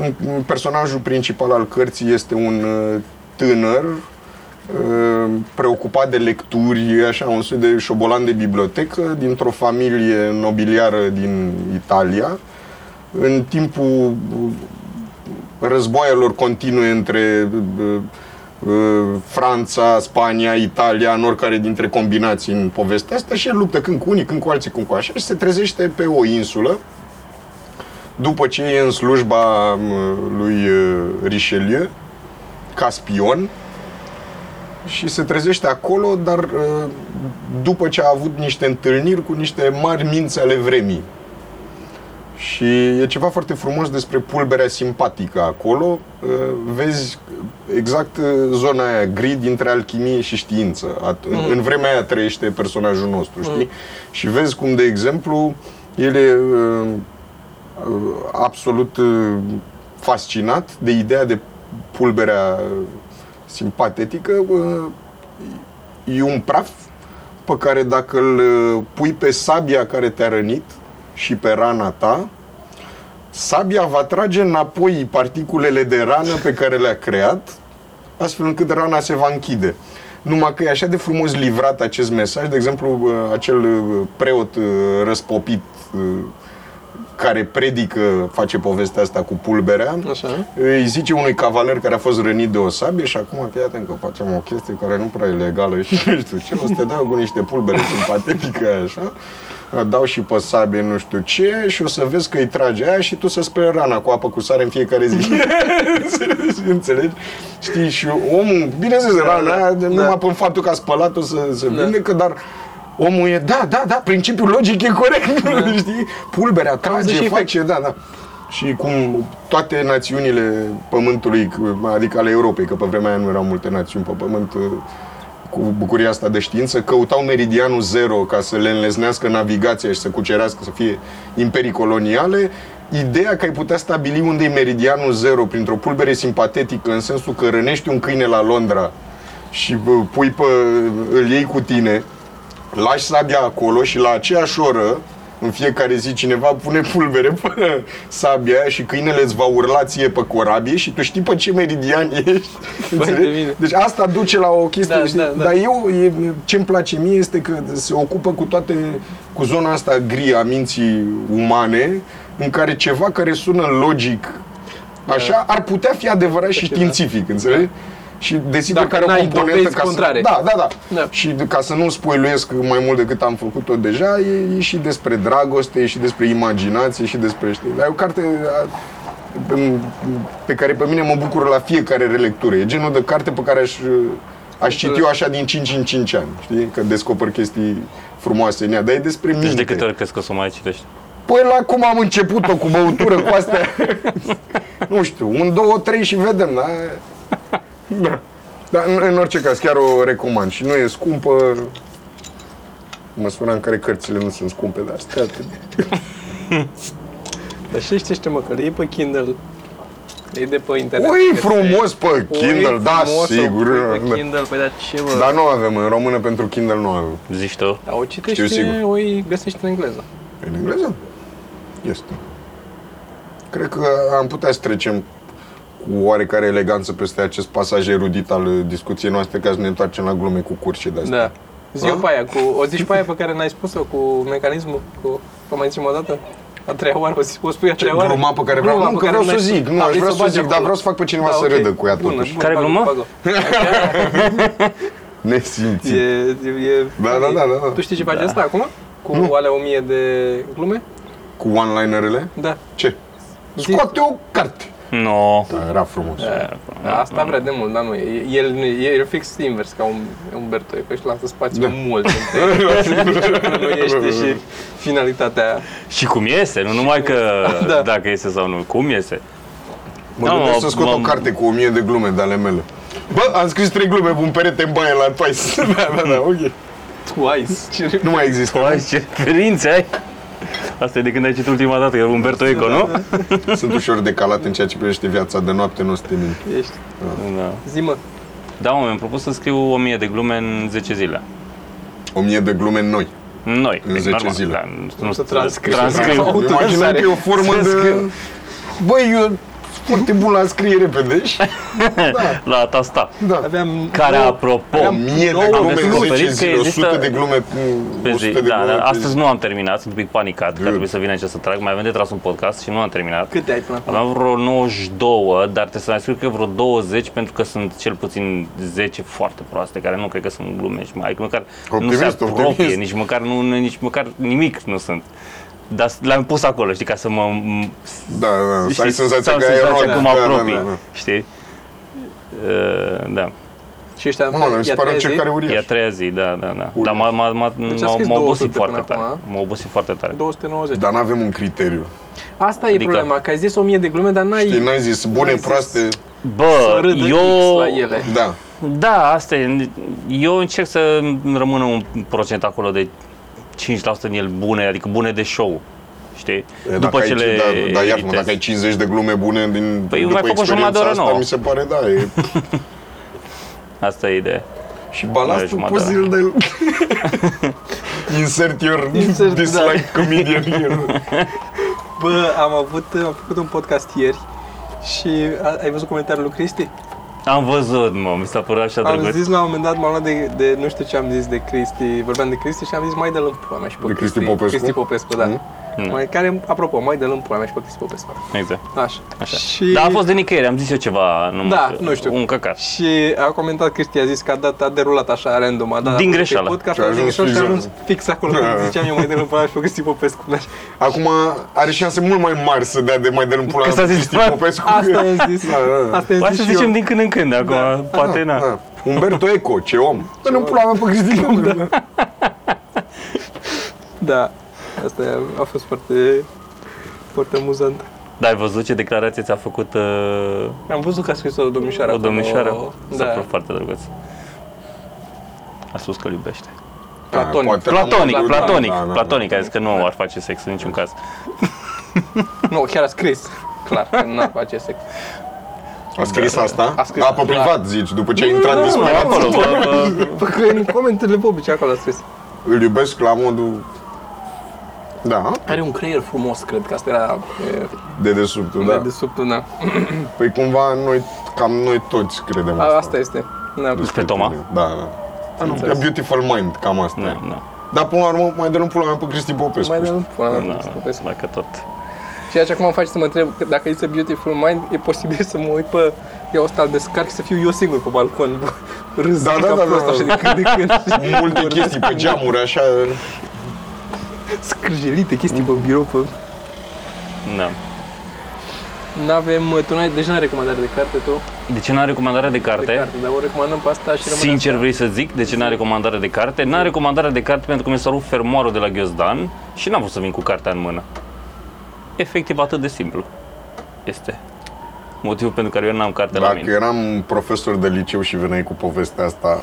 B: În- în Personajul principal al cărții este un uh, tânăr uh, preocupat de lecturi, așa, un soi de șobolan de bibliotecă dintr-o familie nobiliară din Italia. În timpul uh, războaielor continue între uh, uh, Franța, Spania, Italia, în oricare dintre combinații în povestea asta și el luptă când cu unii, când cu alții, când cu așa și se trezește pe o insulă după ce e în slujba uh, lui uh, Richelieu ca spion și se trezește acolo, dar uh, după ce a avut niște întâlniri cu niște mari minți ale vremii. Și e ceva foarte frumos despre pulberea simpatică acolo. Uh, Vezi exact uh, zona aia gri dintre alchimie și știință. At- în- În vremea aia trăiește personajul nostru, știi? Și vezi cum, de exemplu, el e uh, uh, absolut uh, fascinat de ideea de pulberea uh, simpatetică. Uh, E un praf pe care dacă îl uh, pui pe sabia care te-a rănit și pe rana ta, sabia va trage înapoi particulele de rană pe care le-a creat, astfel încât rana se va închide. Numai că e așa de frumos livrat acest mesaj, de exemplu, uh, acel uh, preot uh, răspopit uh, care predică, face povestea asta cu pulberea,
A: Așa.
B: îi zice unui cavaler care a fost rănit de o sabie și acum, fii atent că facem o chestie care nu prea e legală și nu știu ce, o să te dau cu niște pulbere simpatetică, așa, dau și pe sabie nu știu ce și o să vezi că îi trage aia și tu să speli rana cu apă cu sare în fiecare [LAUGHS] zi. Înțelegi? Înțelegi? Știi, și omul, bineînțeles, rana aia, da. numai prin faptul că a spălat-o să se vindecă, dar omul e, da, da, da, principiul logic e corect, știi? Pulberea
A: și
B: trage,
A: efect.
B: face, da, da. Și cum toate națiunile pământului, adică ale Europei, că pe vremea aia nu erau multe națiuni pe pământ, cu bucuria asta de știință, căutau meridianul zero ca să le înlesnească navigația și să cucerească, să fie imperii coloniale, ideea că ai putea stabili unde e meridianul zero printr-o pulbere simpatetică, în sensul că rănești un câine la Londra și bă, pui pe, uh, îl iei cu tine, lași sabia acolo și la aceeași oră, în fiecare zi cineva pune pulbere pe sabia aia și câinele îți va urla ție pe corabie și tu știi pe ce meridian ești.
A: de
B: Înțelegi?
A: bine.
B: Deci asta duce la o chestie,
A: Da,
B: știi?
A: da, da.
B: dar eu, e, ce-mi place mie este că se ocupă cu toate, cu zona asta gri a minții umane, în care ceva care sună logic, așa, ar putea fi adevărat și
A: Da.
B: științific, înțelegi? Și desigur
A: Dacă
B: care o
A: n-ai
B: componentă
A: dovezi
B: ca
A: contrare.
B: să... Da, da, da,
A: Da.
B: da. Și de- ca să nu spoiluiesc mai mult decât am făcut-o deja, e, e și despre dragoste, e și despre imaginație, e și despre știi. Dar e o carte a, pe, pe care pe mine mă bucură la fiecare relectură. E genul de carte pe care aș, aș citi eu așa din 5 în 5 ani, știi? Că descoper chestii frumoase în ea, dar e despre minte.
C: Deci de câte ori crezi că o să o mai citești?
B: Păi la cum am început-o cu băutură, cu astea, [LAUGHS] nu știu, un, două, trei și vedem, da? Da. Dar în, în orice caz, chiar o recomand și nu e scumpă, în măsura în care cărțile nu sunt scumpe, dar stai atât.
A: Dar știi mă, că le iei pe Kindle, le iei de pe internet.
B: Ui,
A: Că
B: frumos
A: se-
B: pe
A: Ui,
B: Kindle, da,
A: frumos, o
B: sigur. Da,
A: pui Pe Kindle, păi dar ce mă?
B: Dar nu avem, în română pentru Kindle nu avem.
C: Zici tu.
A: Dar o citești,
B: Știu sigur.
A: o îi găsești în engleză.
B: În engleză? Este. Cred că am putea să trecem cu oarecare eleganță peste acest pasaj erudit al uh, discuției noastre ca să ne întoarcem la glume cu curși de astea.
A: Da. Zi o
B: Da?
A: pe aia, cu, o zici pe aia pe care n-ai spus-o, cu mecanismul, cu, o mai zicem o dată? A treia oară, o, zi, o spui a treia oară?
B: Gluma pe care vreau,
A: Gluma
B: nu,
A: pe
B: că
A: care
B: vreau să
A: n-ai
B: o
A: Da,
B: zic,
A: spus.
B: nu,
A: A,
B: aș
A: vrei
B: vrea
A: o
B: să o
A: bagi
B: zic,
A: acolo.
B: dar vreau să fac pe cineva să
A: Da, ok.
B: râdă cu ea
A: Bună,
B: totuși.
A: bună,
C: Care
A: bag-o,
C: glumă?
A: bag-o.
B: Nesimțit.
A: E, e,
B: Da, da, da, da, da.
A: Tu știi ce face asta acum? Cu alea o mie de glume?
B: Cu one-linerele?
A: Da.
B: Ce?
A: Zi.
B: Scoate o carte!
C: Nu.
B: Da, era frumos.
A: Da, asta vrea de mult, dar nu e. El, nu e, el e fix invers ca un Umberto Eco și lasă spațiu da.
B: Da.
A: mult
B: [LAUGHS]
A: între nu ești și finalitatea
C: Și cum iese, nu numai
B: [LAUGHS]
C: că
A: Da.
C: dacă iese sau nu, cum iese.
B: Mă
C: Da,
B: gândesc
C: mă,
B: să scot o
C: m-am-
B: carte cu o mie de glume de ale mele. Bă, am scris trei glume pe un perete în baie la Pais. [LAUGHS] da, da, da, ok.
A: twice. Ce
B: Nu mai există.
C: Păi, ce ferințe ai! Asta e de când ai citit ultima dată, că e Umberto Eco, nu?
B: Sunt ușor decalat în ceea ce privește viața de noapte, nu o să te mint.
A: ești?
C: Da.
A: Zi mă,
C: Da, mă, mi-am propus să scriu 1000 de glume în 10 zile.
B: O mie de glume noi.
C: Noi,
B: În
C: deci
B: 10
C: normal,
B: zile.
C: Da, nu,
A: să transcriu.
C: transcriu.
A: Auto-
B: Imaginăm că e o formă
C: Să
B: de...
C: scriu.
B: Băi, eu sunt foarte bun la scriere pe deși.
C: La a tasta.
B: Da.
A: aveam...
C: Care,
A: nouă-
C: apropo,
B: O mie de
A: Am
B: glume în 10
C: descoperit că
B: zile,
C: există-
B: 100 de glume,
C: pe
B: 100
C: zi,
B: de
C: da,
B: glume deci-
C: da,
B: pe
C: astăzi
B: zi.
C: nu am terminat, sunt un pic panicat, că
B: Good.
C: trebuie să vin aici să trag, mai aveam de tras un podcast și nu am terminat.
A: Câte ai până acum?
C: Aveam vreo 92, dar trebuie să mai scriu că vreo 20, pentru că sunt cel puțin 10 foarte proaste, care nu cred că sunt glume și mai, măcar nu
B: Optimist,
C: se apropie,
B: optimist.
C: nici măcar, nu, nu- nici măcar nimic nu sunt. Dar l-am pus acolo, știi, ca să mă... m-
B: Da, da, să
C: știi,
B: ai senzația că ai
C: senzația
B: eroare.
C: cum
B: Da, da,
C: apropii,
B: da, da.
C: știi? Uh, da,
A: Și ăștia
B: Mamă, dar mi se
A: ia
B: pare o
A: trei zi,
B: cercare
C: e a
B: uriașă.
C: treia zi, da, da, da.
B: Ui.
C: Dar m-a, m-a, m-a,
A: Deci- a
C: m-a,
A: scris 200
C: m-a obosit
A: până
C: foarte
A: acum,
C: tare.
A: a?
C: M-a obosit foarte tare.
A: 290.
B: Dar nu avem un criteriu.
A: Asta e
C: Adică-
A: problema, că ai zis 1000 de glume, dar n-ai...
B: Știi, n-ai zis bune,
A: N-ai zis.
B: proaste,
C: Bă,
A: să râdă
C: eu...
A: X la ele.
B: da.
C: Da, asta e. Eu încerc să îmi rămână un procent acolo de 5% din el bune, adică bune de show. Știi?
B: E, dacă ai, da, da, iartă-mă,
C: editez.
B: dacă ai 50 de glume bune din
C: Păi eu
B: după
C: mai fac o jumătate
B: experiența
C: de oră
B: asta,
C: nouă.
B: mi se pare, da,
C: [LAUGHS]
B: e
C: Asta e ideea.
B: Și
C: Da,
B: balastul
C: jumătate.
B: poți să-l dai...
C: [LAUGHS]
B: Insert your
A: Insert, da.
B: dislike comedian here.
A: Bă, am avut, am făcut un podcast ieri și a, ai văzut comentariul lui Cristi?
C: Am văzut, mă, mi s-a părut așa
A: Am
C: drăguț.
A: zis la un moment dat, m-am luat de, de, nu știu ce am zis de Cristi, vorbeam de Cristi și am zis mai de lâmp pula mea și pe
B: De Cristi Popescu?
A: Cristi Popescu, da.
B: Mhm.
C: Mm.
A: Mai, care, apropo, mai de lâmp pula mea și pe Cristi Popescu.
C: Exact.
A: Așa.
C: Așa.
A: Și...
C: Dar a fost de nicăieri, am zis eu ceva, nu,
A: Da, nu știu.
C: un căcat.
A: Și a comentat Cristi, a zis că a dat, a derulat așa random, a dat
C: Din
A: a pus
C: greșeală.
A: Pe podcast,
B: Și a
A: a din
B: ajuns
A: greșeală și a ajuns
B: fix-
A: fix acolo când
B: Da.
A: ziceam eu mai de lâmp pula mea și pe Cristi Popescu. Așa.
B: Acum are șanse mult mai mari să dea de mai de pula
C: Că s-a zis
B: Cristi
C: doar-
B: Popescu. [LAUGHS]
A: Asta am zis.
B: [LAUGHS] Da, da, da.
A: Asta am
C: Hai
A: zis
C: să
A: și
C: zicem
A: Deci eu.
C: din când în când, acum, poate na.
B: Da. Umberto Eco, ce om! Dă nu pula mea pe Cristi Popescu.
A: Da, asta e- a fost foarte, foarte amuzant.
C: Dar ai văzut ce declarație ți-a făcut uh,
A: Am văzut că a scris o domnișoară.
C: o domnișoară?
A: acolo.
C: S-a
A: Da,
C: părut foarte drăguț. A spus că îl iubește.
A: platonic.
B: poate l-am
C: [LAUGHS] Platonic,
B: văzut, da,
C: platonic,
B: da, da, da.
C: platonic, a zis că nu ar face sex în niciun caz.
A: Nu, chiar a scris. Clar, că n-ar face sex.
B: A scris asta?
A: A scris
B: da, pe
A: asta.
B: privat, zici, după ce ai intrat disperat.
C: Acolo, bă, bă,
A: Da, Păi că în comentariile publice acolo a scris.
B: Îl iubesc la modul... Da,
A: Are un creier frumos, cred că asta era
B: de desubtul,
A: da.
B: da.
A: de sub, da.
B: Păi cumva noi, cam noi toți credem
A: A,
B: asta.
A: asta este. Da.
B: Despre
C: Pe Toma? Da.
B: tine. Da, da.
A: Am
B: A
A: înțeles.
B: beautiful mind, cam asta.
C: nu,
B: e.
C: nu,
B: Dar până la urmă mai dă pula mea pe Cristi Popescu.
A: Mai de
B: știi?
A: nu pula
C: nu,
A: mea. Popescu.
C: dacă tot.
A: Ceea ce acum faci să mă întreb că dacă este Beautiful Mind, e posibil să mă uit pe eu ăsta îl descarc și să fiu eu singur pe balcon. Râs
B: Da,
A: da,
B: da,
A: da,
B: da, da.
A: așa de când de când. [LAUGHS]
B: [LAUGHS] Multe chestii pe geamuri, așa.
A: Scrâjelite chestii pe birou, pe...
C: Da.
A: N-avem, uh, tu n-ai, deci n-ai recomandare de carte, tu?
C: De ce n-a recomandare de
A: De
C: carte?
A: carte, dar o recomandăm pe asta și rămâne
C: Sincer vrei să zic de ce n-a recomandare de carte? N-a recomandare de carte pentru că mi s-a rupt fermoarul de la Ghiozdan și n-am vrut să vin cu cartea în mână. Efectiv atât de simplu este motivul pentru care eu n-am carte la
B: Dacă
C: mine.
B: eram profesor de liceu și veneai cu povestea asta,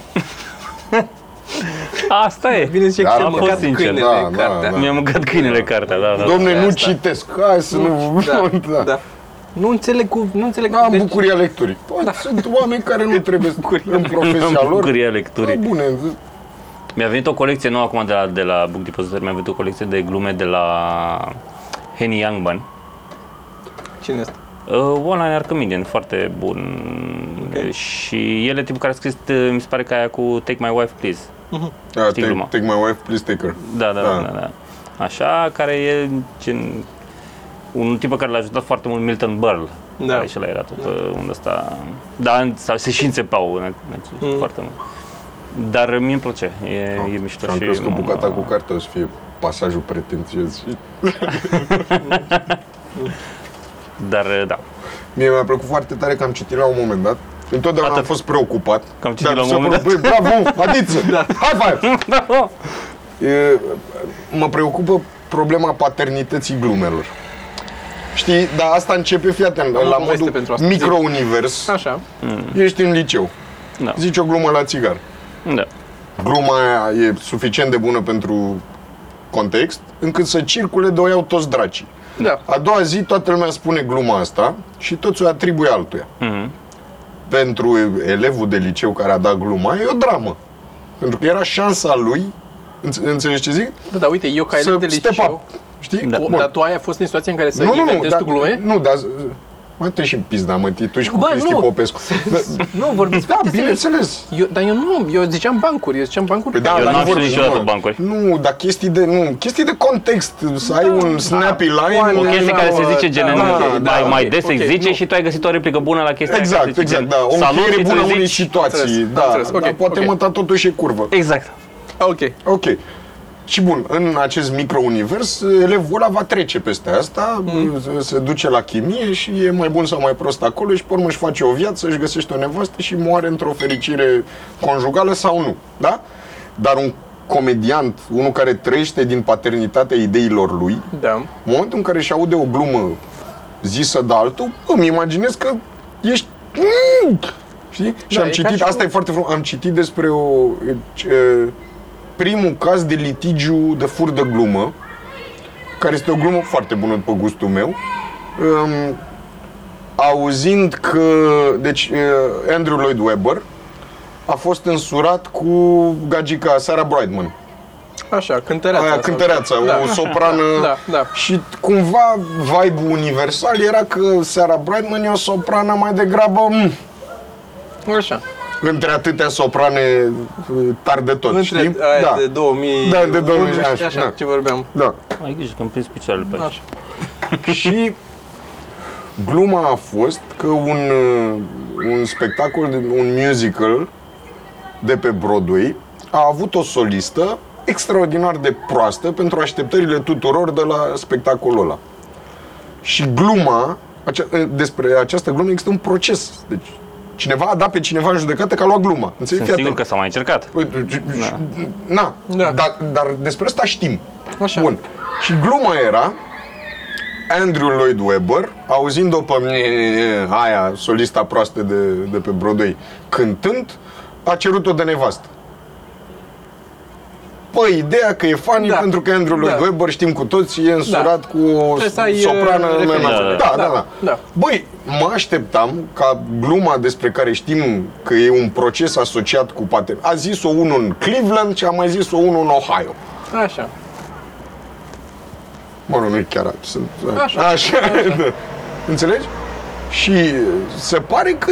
C: Asta e.
A: Vine și
B: Dar
A: Excel
B: a
A: mâncat
C: fost sincer.
A: câinele,
B: Da, da,
A: cartea.
B: da.
C: Mi-a mâncat câinele cartea, da, da.
B: domne, nu
A: asta.
B: citesc, hai să nu... [LAUGHS] Da,
A: Da, da. Nu înțeleg cu... Nu înțeleg
B: Am
A: de-
B: bucuria lecturii. Bă, Sunt oameni care nu trebuie să- în profesia
C: Am
B: lor.
C: bucuria
B: Da,
C: lecturii.
B: bune,
C: Mi-a venit o colecție nouă acum de la, de la Book Depository, mi-a venit o colecție de glume de la Henny Youngman.
A: Cine este?
C: Uh, online Arkham Indian, foarte bun.
A: Ok.
C: Și el e tipul care a scris, uh, mi se pare că aia cu Take My Wife Please.
B: Da,
C: Știi
B: take,
C: gluma.
B: take my wife, please take her.
C: Da, da,
B: Da.
C: da, da. da. Așa, care e gen, un tip pe care l-a ajutat foarte mult Milton Berle.
A: Da.
C: Care și la era tot da. unde ăsta... Dar în- sau se și înțepau în, în,
A: Mm.
C: foarte mult. Dar mie îmi place, e, e mișto
B: Și am
C: și...
B: crezut că
C: m-a-
B: bucata Ah, cu cartea o să fie pasajul pretențios. și-
C: Dar uh, da,
B: Mie mi-a plăcut foarte tare că am citit la un moment dat. Întotdeauna
C: Atât.
B: am fost preocupat.
C: Că am citit
B: Dar
C: la un
B: s-a
C: moment Da.
B: părut, "Băi, Bravo, adiță!
C: [LAUGHS]
B: da. High five! E, mă preocupă problema paternității glumelor. Știi, dar asta începe, fii atent,
A: Am o
B: la
A: poveste
B: modul
A: pentru asta.
B: microunivers.
A: Așa.
B: Ești în liceu,
C: da,
B: zici o glumă la țigar.
C: da.
B: Gluma aia e suficient de bună pentru context, încât să circule de o iau toți dracii.
A: Da.
B: A doua zi toată lumea spune gluma asta și toți o atribuie altuia.
C: Mhm.
B: Pentru elevul de liceu care a dat gluma, e o dramă. Pentru că era șansa lui, înțe- înțelegi ce zic?
A: Da, da, uite, eu ca elev de
B: Să step
A: liceu...
B: up. Știi?
A: Da.
B: Bun.
A: Dar tu ai fost în situația în care să
B: nu, da. nu, nu,
A: inventezi tu glume?
B: nu, dar Mă, te și în pizda, mă, tu și cu
A: Bă,
B: Cristi
A: nu.
B: Popescu.
A: [LAUGHS]
B: Da,
A: Nu, vorbiți
B: da
A: foarte serios.
B: bineînțeles.
A: Eu, dar eu nu, eu ziceam bancuri, eu ziceam bancuri.
B: Păi da,
C: Eu
B: dar
C: n-am știut
B: vorbim,
C: niciodată
B: nu.
C: bancuri.
B: Nu, dar chestii de, nu, chestii de context, să ai un snappy line.
C: O chestie
A: Da,
C: care se
A: da,
C: zice
A: da,
C: gen,
B: da,
C: mai-
B: da,
C: mai,
B: ok,
C: mai des
A: ok,
C: zice
A: nu.
C: și tu ai găsit o replică bună la chestia aia care
B: Exact,
C: se zice
B: exact,
C: gen,
B: da. O
C: salut
B: încheiere
C: și tu
B: bună
C: zici-
B: unei situații,
A: Înțeles,
B: da.
A: înțeles, ok,
B: Dar poate
A: ok.
B: măta totuși e curvă.
C: Exact.
A: Ok.
B: Ok. Și bun, în acest microunivers, elevul ăla va trece peste asta, mm. se duce la chimie și e mai bun sau mai prost acolo și pe urmă își face o viață, își găsește o nevastă și moare într-o fericire conjugală sau nu, da? Dar un comediant, unul care trăiește din paternitatea ideilor lui,
A: Da.
B: în momentul în care își aude o glumă zisă de altul, îmi imaginez că ești... Știi? Și
A: Da,
B: am
A: e ca
B: citit,
A: și
B: asta
A: cum-
B: e foarte frumos, am citit despre o, e, primul caz de litigiu de fur de glumă, care este o glumă foarte bună după gustul meu, um, auzind că, deci, e, Andrew Lloyd Webber a fost însurat cu gagica Sarah Brightman
A: Așa, cântăreața.
B: aia
A: sau-
B: cântăreața,
A: Da.
B: o soprană.
A: Da, da.
B: Și cumva vibe universal era că Sarah Brightman e o soprană mai degrabă... mm,
A: Așa.
B: Între atâtea soprane tari de tot,
A: Între
B: știi?
A: aia
B: da.
A: de 2000...
B: Da, de 2000,
A: și
B: așa,
A: așa,
B: da.
A: ce vorbeam.
B: da.
C: Ai grijă că îmi prins picioarele pe aici.
A: Așa.
B: Și gluma a fost că un, uh, un spectacol, un musical de pe Broadway a avut o solistă extraordinar de proastă pentru așteptările tuturor de la spectacolul ăla. Și gluma, acea, uh, despre această glumă există un proces. Deci cineva a dat pe cineva în judecată că a luat gluma. Înțelegi?
C: Sunt
B: Fii
C: sigur că
B: atent.
C: s-a mai încercat.
B: Uite, Na, na.
A: Da.
B: Dar, dar despre asta știm.
A: Așa.
B: Bun. Și gluma era Andrew Lloyd Webber, auzind-o pe mine, aia, solista proastă de, de pe Broadway, cântând, a cerut-o de nevastă. Păi, ideea că e funny
A: Da.
B: da. pentru că Andrew Lloyd
A: Da.
B: da. Webber, știm cu toți, e însurat da. cu o
A: Trebuie să ai,
B: soprană
A: uh, referințe.
B: menajeră.
A: Da,
B: Da, da, da.
A: da.
B: Băi, mă așteptam ca gluma despre care știm că e un proces asociat cu patent. A zis-o unul în Cleveland și a mai zis-o unul în Ohio.
A: Așa.
B: Mă rog, nu-i chiar albi, sunt...
A: Așa.
B: Așa. așa. [LAUGHS] da. Înțelegi? Și uh, se pare că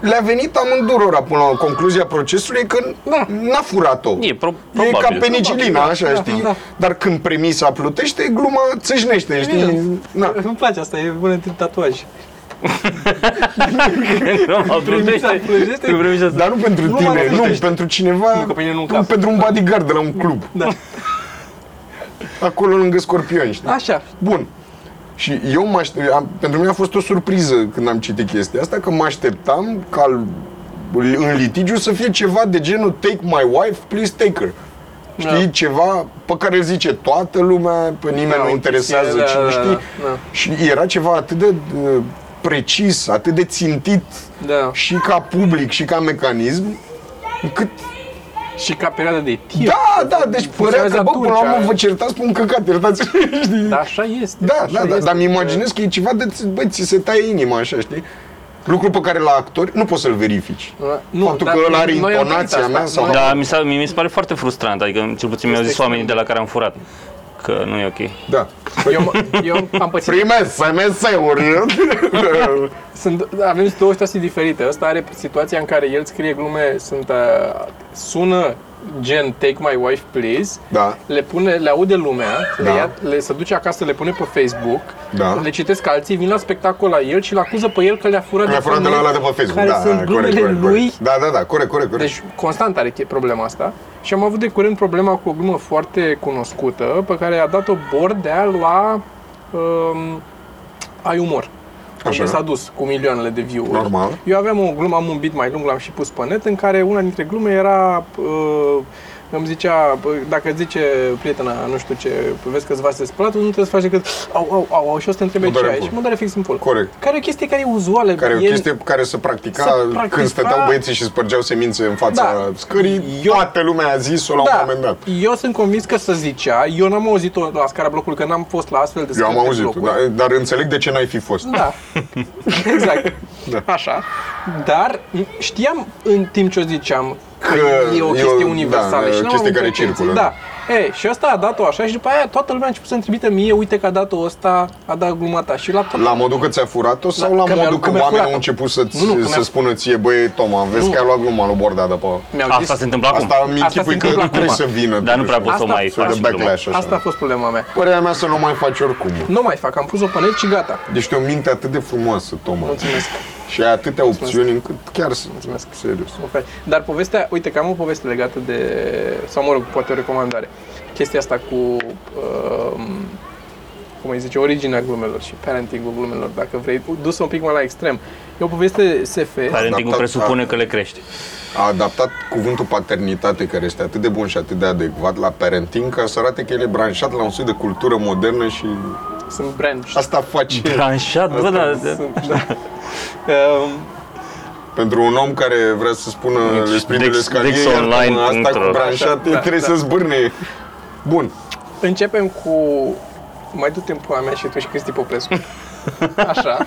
B: le-a venit amândurora până la concluzia procesului e că
A: Da.
B: n-a furat-o.
C: E pro-
B: e
C: probabil.
B: ca
C: [LAUGHS]
B: penicilina, așa,
A: Da,
B: știi?
A: da.
B: Dar când premisa plutește, gluma țâșnește, știi?
A: Evident.
B: Na.
A: Îmi place asta, e bună pentru tatuaj.
C: Primița
A: plujește.
B: Dar nu pentru
A: Gluma
B: tine, nu,
A: plutește.
B: pentru cineva,
A: Nu, că pe mine nu-mi caz.
B: pentru un bodyguard de la un club,
A: Da.
B: acolo lângă scorpioni, știi?
A: Așa.
B: Bun. Și eu mă aștept, am, pentru mine a fost o surpriză când am citit chestia asta, că mă așteptam ca l- în litigiu să fie ceva de genul Take my wife, please take her. Știi,
A: Da.
B: da. ceva pe care îl zice toată lumea, pe nimeni
A: Da,
B: nu
A: o
B: interesează,
A: chestie,
B: da,
A: da,
B: cine
A: da,
B: știi.
A: da, da.
B: Și era ceva atât de uh, precis, atât de țintit
A: Da.
B: și ca public și ca mecanism, încât
A: Și ca perioadă de timp.
B: da, da, deci părea
A: Funcționează
B: că, bă, până la
A: atunci,
B: urmă
A: a-
B: vă certați pe un căcat, iertați, [LAUGHS] știi?
A: Da, așa este.
B: Da,
A: așa
B: da, da,
A: este.
B: dar mi imaginez că e ceva de, bă, ți se taie inima, așa, știi? Lucru pe care la actori nu poți să-l verifici.
A: Nu,
B: Faptul
A: dar
B: că ăla are
A: noi am
B: intonația
A: trăit asta.
B: mea sau-
A: Noi-
C: Da, mi, s-a, mi mi se pare foarte frustrant, adică cel puțin mi-au zis
A: extrem.
C: oamenii de la care am furat că nu e ok.
B: Da.
A: [LAUGHS] Eu, mă- eu am pățit
B: Primesc SMS-uri.
A: Sunt, avem situații diferite. Ăsta are situația în care el scrie glume, sunt, uh, sună gen Take My Wife Please,
B: da.
A: le, pune, le aude lumea, le,
B: Da.
A: ia, le se duce acasă, le pune pe Facebook,
B: Da.
A: le citesc alții, vin la spectacol la el și îl acuză pe el că le-a furat,
B: Mi-a furat de la
A: femeie,
B: ăla de pe Facebook.
A: care
B: da,
A: sunt
B: da,
A: glumele
B: corect, corect,
A: lui.
B: corect. Da, da, da, corect, corect, corect.
A: Deci constant are che- problema asta și am avut de curând problema cu o glumă foarte cunoscută pe care a dat-o Bordea la um, Ai umor. Așa.
B: Așa.
A: S-a dus cu milioanele de view-uri.
B: Normal.
A: Eu aveam o glumă, am un bit mai lung, l-am și pus pe net, în care una dintre glume era... Uh, îmi zicea, bă, dacă îți zice prietena, nu știu ce, vezi că îți vase spălatul, nu trebuie să faci decât au, au, au, au și o să te întrebe
B: Mă
A: ce
B: doare
A: ai
B: în
A: și
B: pul.
A: mă doare fix în pul.
B: Corect.
A: Care e o chestie care e uzuală.
B: Care e o
A: e-
B: chestie pe care se practica,
A: se practica-
B: când stăteau băieții și spărgeau semințe în fața
A: Da.
B: scării,
A: Eu-
B: toată lumea a zis-o la un moment dat.
A: Da. Eu sunt convins că se zicea, eu n-am auzit-o la scara blocului, că n-am fost la astfel de
B: Eu am
A: scări de
B: auzit, da.
A: blocuri.
B: dar, dar înțeleg de ce n-ai fi fost. [LAUGHS]
A: Da, exact.
B: Da.
A: Așa. Dar știam în timp ce o ziceam că,
B: Că
A: e o
B: e
A: chestie
B: o-
A: universală
B: da,
A: și
B: e o
A: n-am
B: chestie
A: avut
B: care
A: pretenții.
B: circulă,
A: Da. E, și ăsta a dat-o așa și după aia toată lumea a început să-mi trimită mie, uite că a dat-o ăsta, a dat gluma ta. Și la tot
B: La modul că ți-a furat-o sau
A: Da,
B: la
A: că mi-a-
B: modul
A: că
B: că
A: mi-a
B: oamenii
A: furat-o.
B: au început să-ți,
A: Nu, nu, că mi-a-
B: să spună ție, băi, Toma, vezi că ai luat gluma lui Bordea de pe...
A: mi-au zis.
C: Asta se întâmplă acum.
B: Asta mi
A: Da, Asta
B: închipui
A: se
B: că
A: întâmplă
B: trebuie
A: acum.
B: să vină.
C: Dar nu prea poți să o
A: Asta-
C: mai
B: Să
C: faci.
B: de backlash așa.
A: Asta a fost problema mea.
B: Părerea mea să nu o mai faci oricum.
A: Nu mai fac, am pus-o pe net și gata.
B: Ești o minte atât de frumoasă, Toma.
A: Mulțumesc.
B: Și ai atâtea opțiuni încât chiar sunt.
A: Mulțumesc.
B: Serios.
A: Ok. Dar povestea, uite că am o poveste legată de, sau mă rog, poate o recomandare. Chestia asta cu, uh, cum îi zice, originea glumelor și parenting-ul glumelor, dacă vrei, dusă un pic mai la extrem. E o poveste SF.
C: Parentingul
B: Adaptat-
C: presupune că le crești.
B: A adaptat cuvântul paternitate, care este atât de bun și atât de adecvat, la parenting, ca să arate că el e branșat la un soi de cultură modernă și
A: Sunt branch.
B: asta face.
C: Tranșat, bă, da,
A: Sunt, da. Um,
B: Pentru un om care vrea să spună
C: Deci,
B: despre
C: Dex-
B: Lescarie,
C: Dex
B: iartă-mă,
C: Online
B: asta
C: într-o-
B: cu branșate
A: Da,
B: trebuie
A: da.
B: să zbârne. Bun.
A: Începem cu mai du te pula mea și tu și Cristi Popescu. Așa.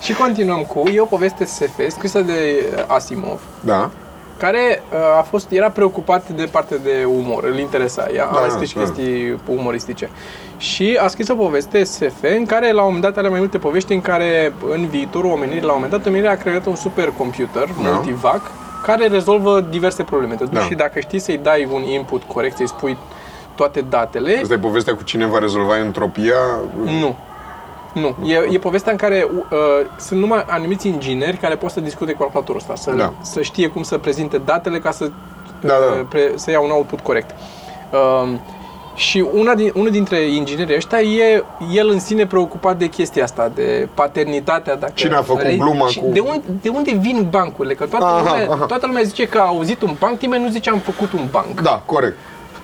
A: Și continuăm cu, e o poveste SF scrisă de Asimov,
B: Da.
A: care uh, a fost, era preocupat de parte de umor, îl interesa, ea
B: Da,
A: a mai scris și
B: da.
A: chestii umoristice. Și a scris o poveste SF în care la un moment dat are mai multe povești în care în viitorul omenirii, la un moment dat, omenirea a creat un supercomputer,
B: Da.
A: multivac, care rezolvă diverse probleme. Te duci
B: Da.
A: și dacă știi să-i dai un input corect, să-i spui toate datele,
B: Asta e povestea cu cine va rezolva entropia.
A: nu. Nu. E, e povestea în care uh, sunt numai anumiți ingineri care pot să discute cu calculatorul ăsta, să,
B: Da.
A: să știe cum să prezinte datele ca să,
B: Da, da.
A: uh, pre, să ia un output corect. Uh, și una din, unul dintre inginerii ăștia e el în sine preocupat de chestia asta, de paternitatea. Dacă
B: Cine a făcut
A: vrei,
B: gluma
A: și
B: cu-
A: De, unde, de unde vin bancurile? Că toată,
B: Aha,
A: lumea,
B: aha.
A: toată lumea zice că a auzit un banc, nimeni nu zice am făcut un banc.
B: Da, corect.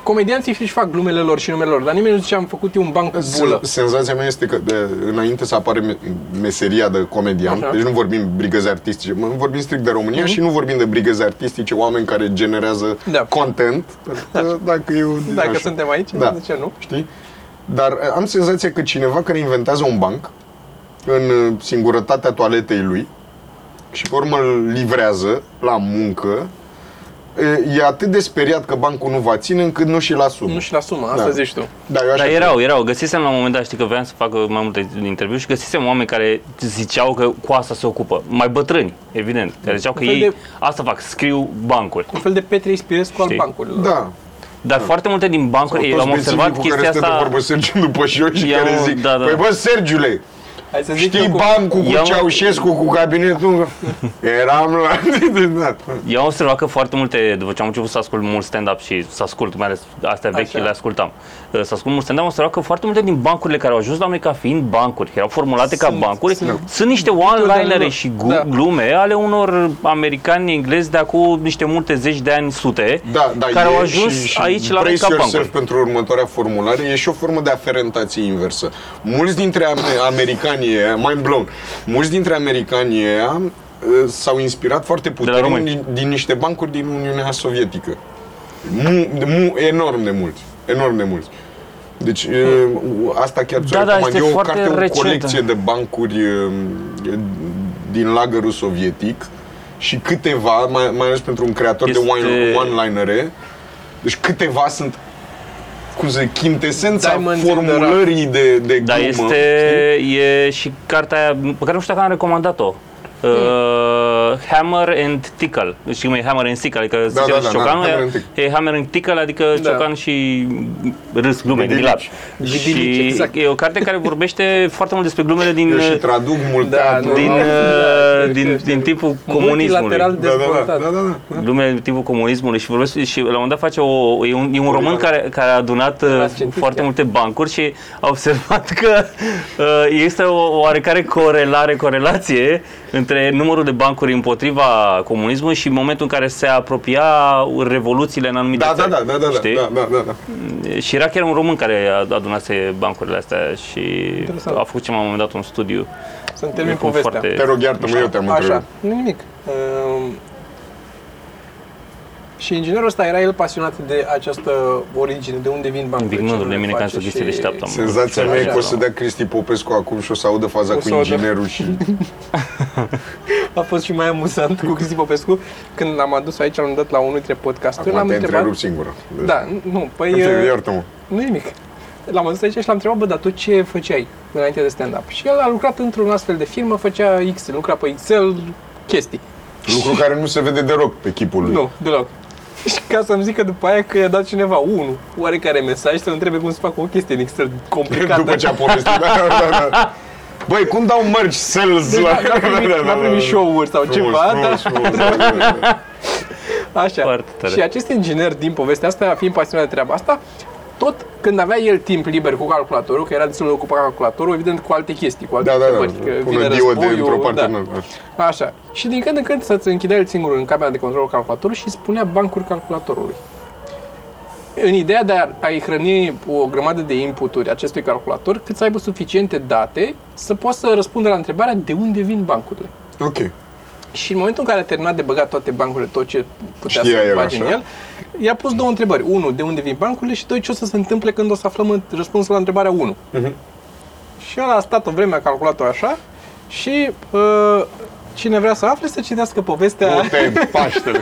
A: Comedianții își fac glumele lor și numele lor, dar nimeni nu zice am făcut eu un banc cu bulă.
B: Sen- Senzația mea este că de, înainte să apară me- meseria de comedian,
A: Așa. Mhm.
B: deci nu vorbim brigăzi artistice, mă- vorbim strict de România și nu vorbim de brigăzi artistice, oameni care generează
A: Da.
B: content. pentru că Dacă, eu,
A: Dacă suntem aici,
B: Da.
A: de ce nu?
B: Știi? Dar uh, am senzația că cineva care inventează un banc în uh, singurătatea toaletei lui și pe urmă îl livrează la muncă, uh, e atât de speriat că bancul nu va ține încât nu și-l asumă.
A: Nu și la sumă, asta
B: Da.
A: zici tu.
B: Da, eu așa
C: Dar
B: cred.
C: erau, erau. Găsisem la un moment dat, știi că vreau să fac uh, mai multe interviuri și găsisem oameni care ziceau că cu asta se ocupă. Mai bătrâni, evident. Care ziceau că
A: Un fel
C: ei
A: de-
C: asta fac, scriu bancuri.
A: Un fel de Petre Ispirescu al
C: Știi?
A: bancurilor.
B: Da.
C: Dar foarte multe din bancuri, ei,
B: Toți
C: am Păi, observat
B: bețivii cu
C: chestia
B: care stă de
C: asta...
B: vorbă Sergiu după șor și
C: Eu-
B: care zic,
C: da, da.
B: păi bă, Sergiule,
A: Hai să zic
B: știi
A: eu cu-
B: bancul cu
C: Eu-
B: Ceaușescu, cu cabinetul? Eram la... [LAUGHS] Da.
C: Eu am observat că foarte multe, după ce am început să ascult mult stand-up și să ascult, mai ales astea vechi
A: Așa.
C: le ascultam, uh, să ascult mult stand-up, am observat că foarte multe din bancurile care au ajuns la noi ca fiind bancuri, care erau formulate ca
A: Sunt,
C: bancuri,
A: sunt.
C: sunt, niște one-linere
A: lor.
C: și gu-
A: Da.
C: glume ale unor americani englezi de acum niște multe zeci de ani, sute,
B: Da, da,
C: care
B: e
C: au ajuns
B: și, și
C: aici la noi
B: brace
C: ca
B: yourself
C: bancuri.
B: pentru următoarea formulare, e și o formă de aferentație inversă. Mulți dintre am- americanii ăia, mind blown, mulți dintre americanii ăia ă, s-au inspirat foarte puternic
C: români.
B: din, din niște bancuri din Uniunea Sovietică. Mu, mu, enorm de mulți, enorm de mulți. Deci e, asta chiar ți-o
C: Da, da,
B: recomand.
C: este
B: E o
C: foarte
B: carte, o
C: recentă.
B: colecție de bancuri e, e, din lagărul sovietic și câteva, mai, mai ales pentru un creator
C: Este-
B: de wine- one-linere, deci câteva sunt cum să zic, chintesența
A: Diamonds in the rough.
B: formulării de, de glumă.
C: Dar Da, este e și cartea aia pe care nu știu dacă am recomandat-o. Uh, Hammer and Tickle. Și cum e Hammer and Sickle, adică
B: Da, da,
C: da, da,
B: da,
C: și Ciocan,
B: da, Hammer
C: e-
B: and Tickle.
C: e Hammer and Tickle, adică
A: Da.
C: Ciocan și râs glume,
B: Ghidilici.
C: grilaci.
A: Ghidilici,
C: Și
A: exact.
C: e o carte care vorbește foarte mult despre glumele din,
B: Eu și
C: din,
B: traduc mult
A: Da,
B: teatru.
A: nu,
C: din,
A: Da,
C: uh,
A: da,
C: din,
A: știu,
C: din timpul
A: Multilateral
B: da,
C: comunismului.
B: da, da,
A: dezvoltat.
B: da, da, da.
C: Glumele din timpul comunismului și vorbesc și la un moment dat face o, e un, e un român care, care a adunat uh,
A: Scientific,
C: foarte
A: da.
C: multe bancuri și a observat că uh, există o oarecare corelare, corelație între numărul de bancuri împotriva comunismului și momentul în care se apropia revoluțiile în anumite
B: Da, da,
C: țări,
B: da, da, da, da,
C: știi?
B: da, da, da, da.
C: Și era chiar un român care a- adunase bancurile astea și
A: Interesant.
C: a făcut ceva la un moment dat un studiu.
B: da.
A: Să ne termin
C: Cum
A: povestea.
C: foarte-
B: Te rog, iartă-mă, eu te-am
A: Așa,
B: întrebat.
A: nu nimic. Um, și inginerul ăsta era el pasionat de această origine, de unde vin banii.
C: Indignându-l de mine că am să chestii de șteaptă.
B: Senzația mea e că o să
C: Așa.
B: dea Cristi Popescu acum și o să audă faza
A: O
B: cu
A: să audă.
B: inginerul
A: [LAUGHS]
B: și...
A: A fost și mai amuzant cu Cristi Popescu când l-am adus aici, l-am dat la unul dintre podcasturi,
B: Acum
A: l-am
B: te
A: întrebat...
B: întrerup singură.
A: Da, nu, păi...
B: În fine,
A: uh,
B: Iartă-mă.
A: Nu e nimic. L-am adus aici și l-am întrebat, bă, dar tu ce făceai înainte de stand-up? Și el a lucrat într-un astfel de firmă, făcea Excel, lucra pe Excel, chestii.
B: Lucru care nu se vede deloc pe chipul lui.
A: Nu, deloc. [LAUGHS] Și ca să-mi zică după aia că i-a dat cineva unul oarecare mesaj să-l întrebe cum să facă o chestie în Excel complicată. [LAUGHS]
B: După ce a povestit. Da, da, da. Băi, cum dau mărci sales
A: Deci,
B: la...
A: n-a primit, n-a primit show-uri sau
B: Frumos,
A: ceva, dar
B: frumos, frumos, da.
A: Așa.
C: Foarte tare.
A: Și acest inginer din povestea asta, fiind pasionat de treaba asta, tot când avea el timp liber cu calculatorul, că era destul de ocupat calculatorul, evident cu alte chestii, cu alte
B: Da, da, da.
A: întrebări, că
B: Pune
A: vine
B: diode
A: războiul,
B: într-o parte
A: da.
B: în alta.
A: Așa. Și din când în când să-ți închidea el singurul în camera de control calculatorul și spunea bancuri calculatorului. În ideea de a- a-i hrăni o grămadă de inputuri acestui calculator, cât să aibă suficiente date să poată să răspundă la întrebarea de unde vin bancurile.
B: Ok.
A: Și în momentul în care a terminat de băgat toate bancurile, tot ce putea
B: Știa
A: să
B: el
A: bage în
B: așa?
A: el, i-a pus două întrebări. Unu, de unde vin bancurile și doi, ce o să se întâmple când o să aflăm în- răspunsul la întrebarea 1.
B: Mhm.
A: Și el a stat o vreme, a calculat-o așa și uh, Cine vrea să afle, să citească povestea.
B: Nu te Paștele.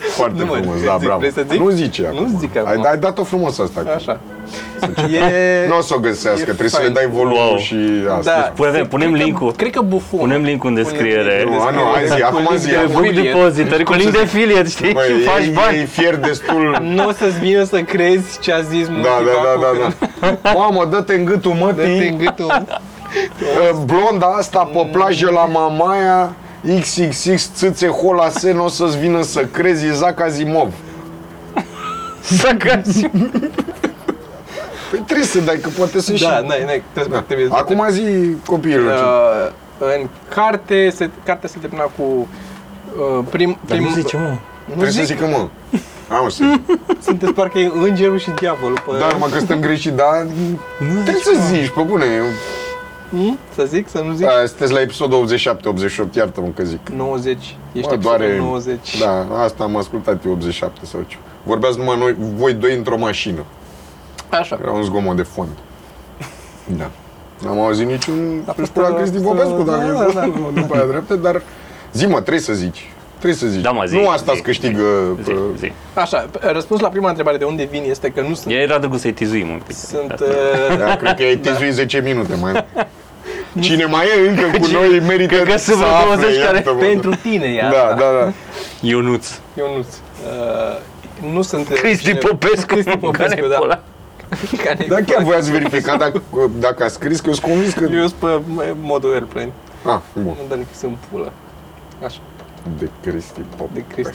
B: Foarte
A: Nu, mă,
B: frumos,
A: zic,
B: da,
A: zic,
B: bravo.
A: vrei să zic?
B: Nu zice
A: Nu zic
B: Ai,
A: acum.
B: ai dat-o frumos asta.
A: [LAUGHS] Așa. E...
B: Nu o să o găsească,
A: E
B: trebuie să
A: fain.
B: le dai volumul
C: Wow.
B: și asta.
A: Da.
C: Punem-
A: Se-
C: punem
A: cred că-
C: link-ul.
A: Cred că bufon.
C: Punem link-ul în descriere.
B: Nu, a, nu, hai zi,
A: Cu
B: acum
A: link
B: zi,
A: de
B: acum.
C: Cu
A: affiliate.
C: depozitori, cu link de affiliate,
A: Deci
C: știi?
B: Băi,
C: și faci
B: ei-
C: bani.
B: ei fier
A: [LAUGHS]
B: destul...
A: Nu o să-ți vină să crezi ce a zis
B: Da,
A: Musi
B: da,
A: Bacu
B: da,
A: când-
B: da, da. Mamă, dă-te în gâtul
A: Dă-te
B: mătii,
A: în gâtul.
B: Uh, blonda asta pe plajă la Mamaia, XXX, țâțe, hola, se, nu o să-ți vină să crezi, e Zac Azimov.
C: Să găsim.
B: Păi trebuie să dai, că poate sunt
A: Da,
B: și...
A: n-ai, n-ai, trebuie, trebuie să-
B: Acum zi copiilor. ce-
A: Uh, în carte se, cartea se termina cu uh, prim,
C: Dar
A: prim,
C: nu zice, mă.
B: Trebuie să
A: zic. Uh.
B: zică, mă. Am să
A: [LAUGHS] sunteți parcă îngerul și diavolul pe,
B: Dar mă că stăm greșit, dar
C: Nu
B: trebuie să zici, pe bune.
A: Hmm? Să zic, să nu zic?
B: Da, Sunteți la episodul 87-88, iartă-mă că zic.
A: 90. Ești
B: Mă, doare.
A: doare... 90.
B: Da, asta am ascultat eu 87 sau ce. Vorbeați numai noi, voi doi într-o mașină.
A: Așa.
B: Era un zgomot de fond. Da. N-am auzit niciun
A: A fost
B: spre la
A: o-
B: Cristi
A: o-
B: Popescu, dacă
A: da,
B: e
A: da,
B: fost
A: da.
B: după aia dreaptă, dar zi mă, trebuie să zici. Trebuie să zici.
C: Da, mă, zi,
B: nu asta
C: zi,
B: îți câștigă...
C: Zi,
B: că-
C: zi.
A: Așa, răspuns la prima întrebare de unde vin este că nu sunt...
C: Ea era drăguț să-i tizuim un pic.
A: Sunt...
C: Da.
A: Uh,
B: Da, cred că ai tezuit 10 minute, mai. Cine mai e încă cu
C: Cine-
B: noi merită
C: cred că
B: să
C: sunt vreo
B: afle,
C: 20 care-
B: iartă-mă.
A: pentru tine e
B: Da,
A: asta.
B: da, da.
C: Ionuț.
A: Ionuț. Uh, nu sunt... uh,
C: [LAUGHS] Cristi
A: cine-
C: Popescu.
A: Cristi Popescu,
C: care-i
A: da.
C: pula?
A: Care-
B: Dar Da, chiar voi ați verificat dacă, dacă a scris, că eu sunt convins că...
A: Eu sunt pe m- modul airplane.
B: Ah, bun.
A: Nu dă sunt pulă. Așa,
B: De Cristi Pop.
A: de Cristi.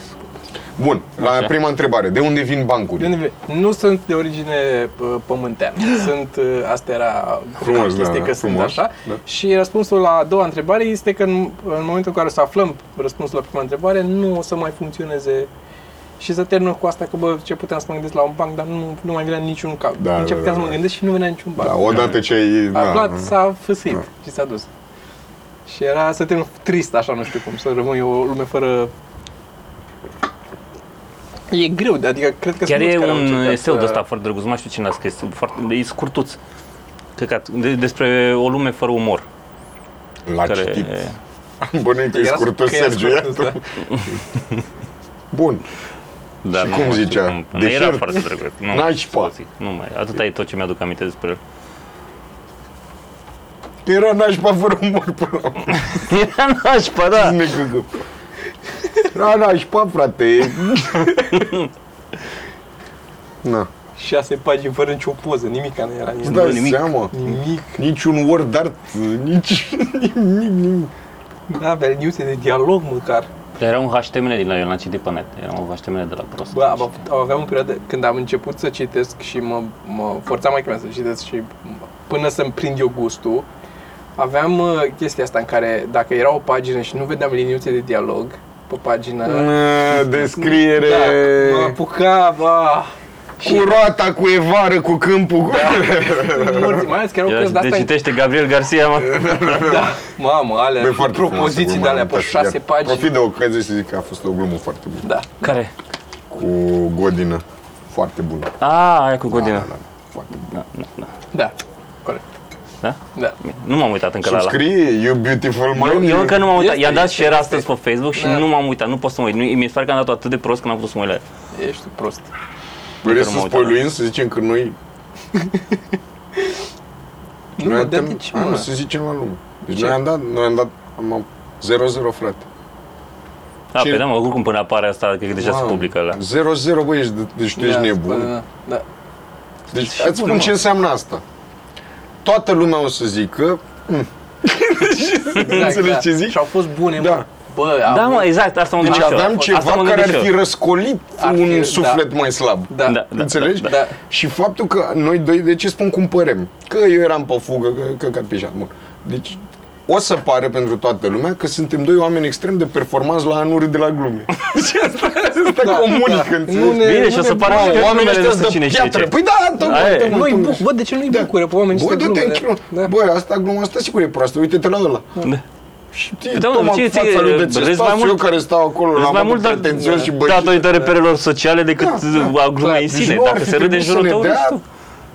B: Bun, la prima întrebare. De unde vin
A: De
B: bancurile?
A: unde vine? Nu sunt de origine uh,
B: [GASPS]
A: pământeană. Sunt, uh, asta era
B: Frumos,
A: chestie
B: da,
A: că
B: da,
A: sunt
B: frumos,
A: așa.
B: da.
A: Și răspunsul la a doua întrebare este că în, în momentul în care o să aflăm răspunsul la prima întrebare, nu o să mai funcționeze și să termină cu asta că, bă, ce puteam să mă gândesc la un banc, dar nu, nu mai venea niciun cap.
B: Da,
A: Nici
B: da,
A: ce puteam să
B: da,
A: mă
B: da.
A: gândesc și nu venea niciun banc.
B: Da, odată ce ai...
A: A
B: Da,
A: aflat, s-a fâsit și s-a dus. Și era să termin trist, așa, nu știu cum, să rămâi o lume fără... E greu, adică cred că
C: Chiar
A: sunt
C: e
A: mulți care au da.
C: un
A: încercat
C: eseu
A: să-
C: de ăsta foarte drăguț, nu știu cine l-a scris, foarte, e scurtuț. Căcat, de, despre o lume fără umor.
B: l-a
C: Care,
B: citit. Am bănuit că e
A: Era-
B: scurtul
A: că era
B: Sergiu.
A: scurtul,
B: iată. Bun.
C: da,
B: Și
C: nu
B: cum
C: mai știu
B: zicea?
C: cum- Nu, era
B: Deșert?
C: foarte drăguț. Nu,
B: Nașpa.
C: să zic, Nu mai, atâta e tot ce mi-aduc aminte despre el.
B: Era nașpa fără umor până la urmă.
C: Era nașpa, da.
B: Ne gâgăm. Era nașpa, frate. Na.
A: șase pagini fără nicio poză, nimica nu era în
B: Îți
A: el.
B: dai
C: nimic.
B: seama?
A: Nimic,
B: Niciun word art, nici, nimic, nimic.
A: nu avea niuțe de dialog măcar.
C: Dar era un HTML din la eu l-am citit pe net. Era un HTML de la prost.
A: Bă, am avut, aveam o perioadă când am început să citesc și mă, mă forțam mai mea să citesc și până să-mi prind eu gustul, aveam uh, chestia asta în care dacă era o pagină și nu vedeam liniuțe de dialog pe pagină,
B: Mă, uh, Descriere.
A: da, mă apuca, ba,
B: Cu roata, cu evară, cu câmpul. Cu...
A: Da.
B: [LAUGHS]
A: morți, mai ales că erau
C: Era,
A: cărți de
C: de
A: asta
C: citește Gabriel Garcia, mă.
A: da, mamă, alea,
B: Bă, foarte
A: propoziții
B: frumoasă,
A: de alea
B: glumă,
A: pe
B: am uitat.
A: șase pagini,
B: Profit de ocazie să zic că a fost o glumă foarte bună.
A: da,
C: Care?
B: Cu Godină. Foarte bună.
C: A, Ah, aia cu Godină.
B: Da, da, Foarte bună.
C: Da, da, da.
A: da, corect,
C: Da?
A: da.
C: Nu m-am uitat încă la ăla.
B: Subscrie You Beautiful
C: Eu,
B: Mind.
C: eu încă nu m-am uitat. I-am dat
A: este,
C: share
A: este.
C: astăzi pe Facebook și
A: Da.
C: nu m-am uitat. Nu pot să mă uit. Nu- Mi se pare că am dat atât de prost că n-am putut să mă uit la el.
A: Ești prost.
B: Vrei
C: încă nu
B: să
C: m-am
B: spoiluim, să zicem că noi...
A: Nu,
B: noi
A: mă, dar
B: am-
A: de ce,
B: A, nu,
A: mă?
B: să zicem la lume. Deci
A: Ce?
B: noi am dat, noi am dat, am 0-0, frate.
C: Da,
B: Ce-
C: pe da, mă, oricum până apare asta, cred că deja se
B: Mamă,
C: publică la.
B: 0-0, băi, ești, de- deci tu ești
A: Da,
B: nebun.
A: Da, da.
B: Deci
C: Și
B: îți spun
C: bun,
B: ce
C: mă.
B: înseamnă asta. Toată lumea o să zică,
A: Exact,
B: Înțelegi
A: da.
B: ce zic?
A: Și au fost bune,
B: Da.
A: mă. Bă,
C: Da,
A: am-
C: mă, exact, asta mă
B: deci
C: gândeam și eu.
B: aveam
C: Asta
B: ceva
C: mă
B: care
C: gândeam
B: ar
C: și
B: fi
C: eu.
B: răscolit
A: Ar fi,
B: un
A: da.
B: suflet mai slab.
A: Da.
C: Da, da,
B: Înțelegi?
A: da, da.
B: Și faptul că noi doi, de ce spun cum părem? Că eu eram pe fugă, că, că, că pișat. Bun. Deci, o să pare pentru toată lumea că suntem doi oameni extrem de performanți la anuri de la glume. Deci asta, asta
A: Da,
B: comunică,
A: da.
B: înțelegi?
A: Nu ne-
C: Bine,
A: nu
C: și o
A: ne
C: să pară
A: bune.
C: că
B: Oamenii
C: numele
B: ăștia
C: nu sunt
B: sunt
C: cine
B: de
C: știe
B: piatră.
C: ce.
B: Păi da,
C: Aia
B: tocmai,
C: e.
B: tocmai.
A: Noi
B: tocmai.
A: buc, bă, de ce nu-i bucură pe oamenii
B: Da. Bă,
A: ăștia
B: du-te în
A: glumele?
B: chilo.
A: Da.
B: Bă, asta gluma asta sigur e proastă. Uite-te la ăla.
C: Da.
B: Știi,
C: Da, mă,
B: Toma,
C: ce
B: fața
C: ție-
B: lui de
C: râzi
B: ce
C: mai
B: stau eu
C: mult-
B: care stau acolo la
C: Sunt mai
B: modul
C: mult da,
B: pretențios și
C: dat-
B: băi.
C: datorită reperelor sociale decât
B: Da, da,
C: a glumei în
B: Deci
C: sine.
B: nu ar
C: Dacă
B: fi
C: se râde în
B: trebuit să
C: jurul
B: ne
C: tău, nu
B: dea
C: știu.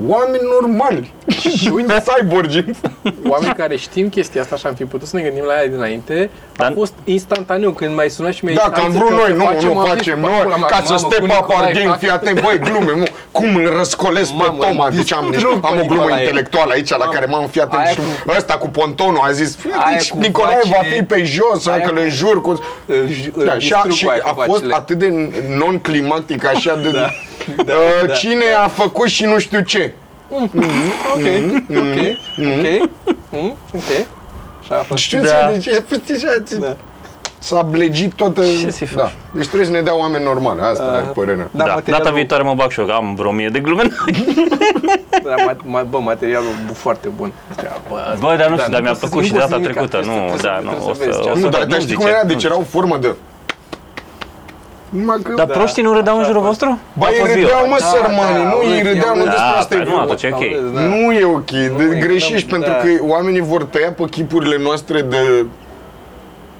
B: Oameni
A: [LAUGHS]
B: normali și uite cyborgi.
A: Păi, Oameni care știm chestia asta și am fi putut să ne gândim la ea dinainte,
C: Dar-
A: a fost instantaneu când mai sunat și mi-ai
B: Da,
A: zis,
B: că am
A: "Hai să
B: vrut
A: că
B: noi,
A: o
B: nu, nu
A: am zis,
B: facem
A: "Bă,
B: noi,
A: pula mea,
B: ca să
A: mamă,
B: step
A: cu
B: up
A: Nicolae,
B: our game,
A: fac-
B: fii atent, băi, glume, nu, cum îl răscolesc pe
A: Mamă,
B: Toma,
A: îl
B: deci am,
A: distrug pe
B: am o glumă
A: Nicolae.
B: intelectuală aici la
A: Mamă,
B: care m-am fi atent
A: aia
B: și
A: cu- Păi,
B: ăsta cu pontonul a zis, "Fii,
A: Aia
B: deci
A: cu
B: Nicolae va
A: vacile-
B: fi pe jos,
A: aia
B: că
A: cu-
B: le jur cu...
A: Îl ju- îl
B: Da, și a,
A: distrug
B: și
A: cu aia cu
B: a fost
A: vacile.
B: atât de non-climatic, așa de... [LAUGHS]
A: da,
B: Uh,
A: da,
B: Cine a făcut și nu știu ce?
A: Ok,
B: Mm-hmm.
A: ok, ok, mm, ok. Și a fost.
B: Știu
C: Da.
B: ce, deci e pustișați.
A: Da.
B: S-a blegit toată...
C: Ce să-i faci?
B: da. Deci trebuie să ne dea oameni normali, asta e părerea.
A: Da,
C: Da, da
A: materialul-
C: data viitoare mă bag și eu, că am vreo mie de glume.
A: Da, ma- ma- bă, materialul bu- foarte bun. Bă,
C: Bă, dar nu știu,
A: nu
C: dar mi-a
A: poți să-
C: plăcut
A: nu
C: și de
A: poți
C: data
A: nimic,
C: trecută.
A: trebuie să-
C: Nu,
A: trebuie
C: da,
A: să-
C: nu,
A: trebuie
C: o
A: să vezi
C: să...
A: ce
C: o
A: am.
C: să-
B: Nu, dar,
C: nu
B: dar știi cum
C: zice.
B: era? Deci era o formă de... Numai că...
C: Dar proștii nu râdeau în jurul vostru?
B: Bă,
C: A
B: ei
C: fost eu.
B: râdeau, mă,
A: Da,
B: sărmanii,
A: da,
B: nu, ei
A: urât,
B: râdeau, nu
A: urât.
B: despre
C: Da,
B: asta e
C: dar nu,
B: vorba.
C: atunci e ok.
A: Da.
B: Nu e ok, de,
A: e,
B: greșești,
A: da.
B: pentru că oamenii vor tăia pe chipurile noastre de...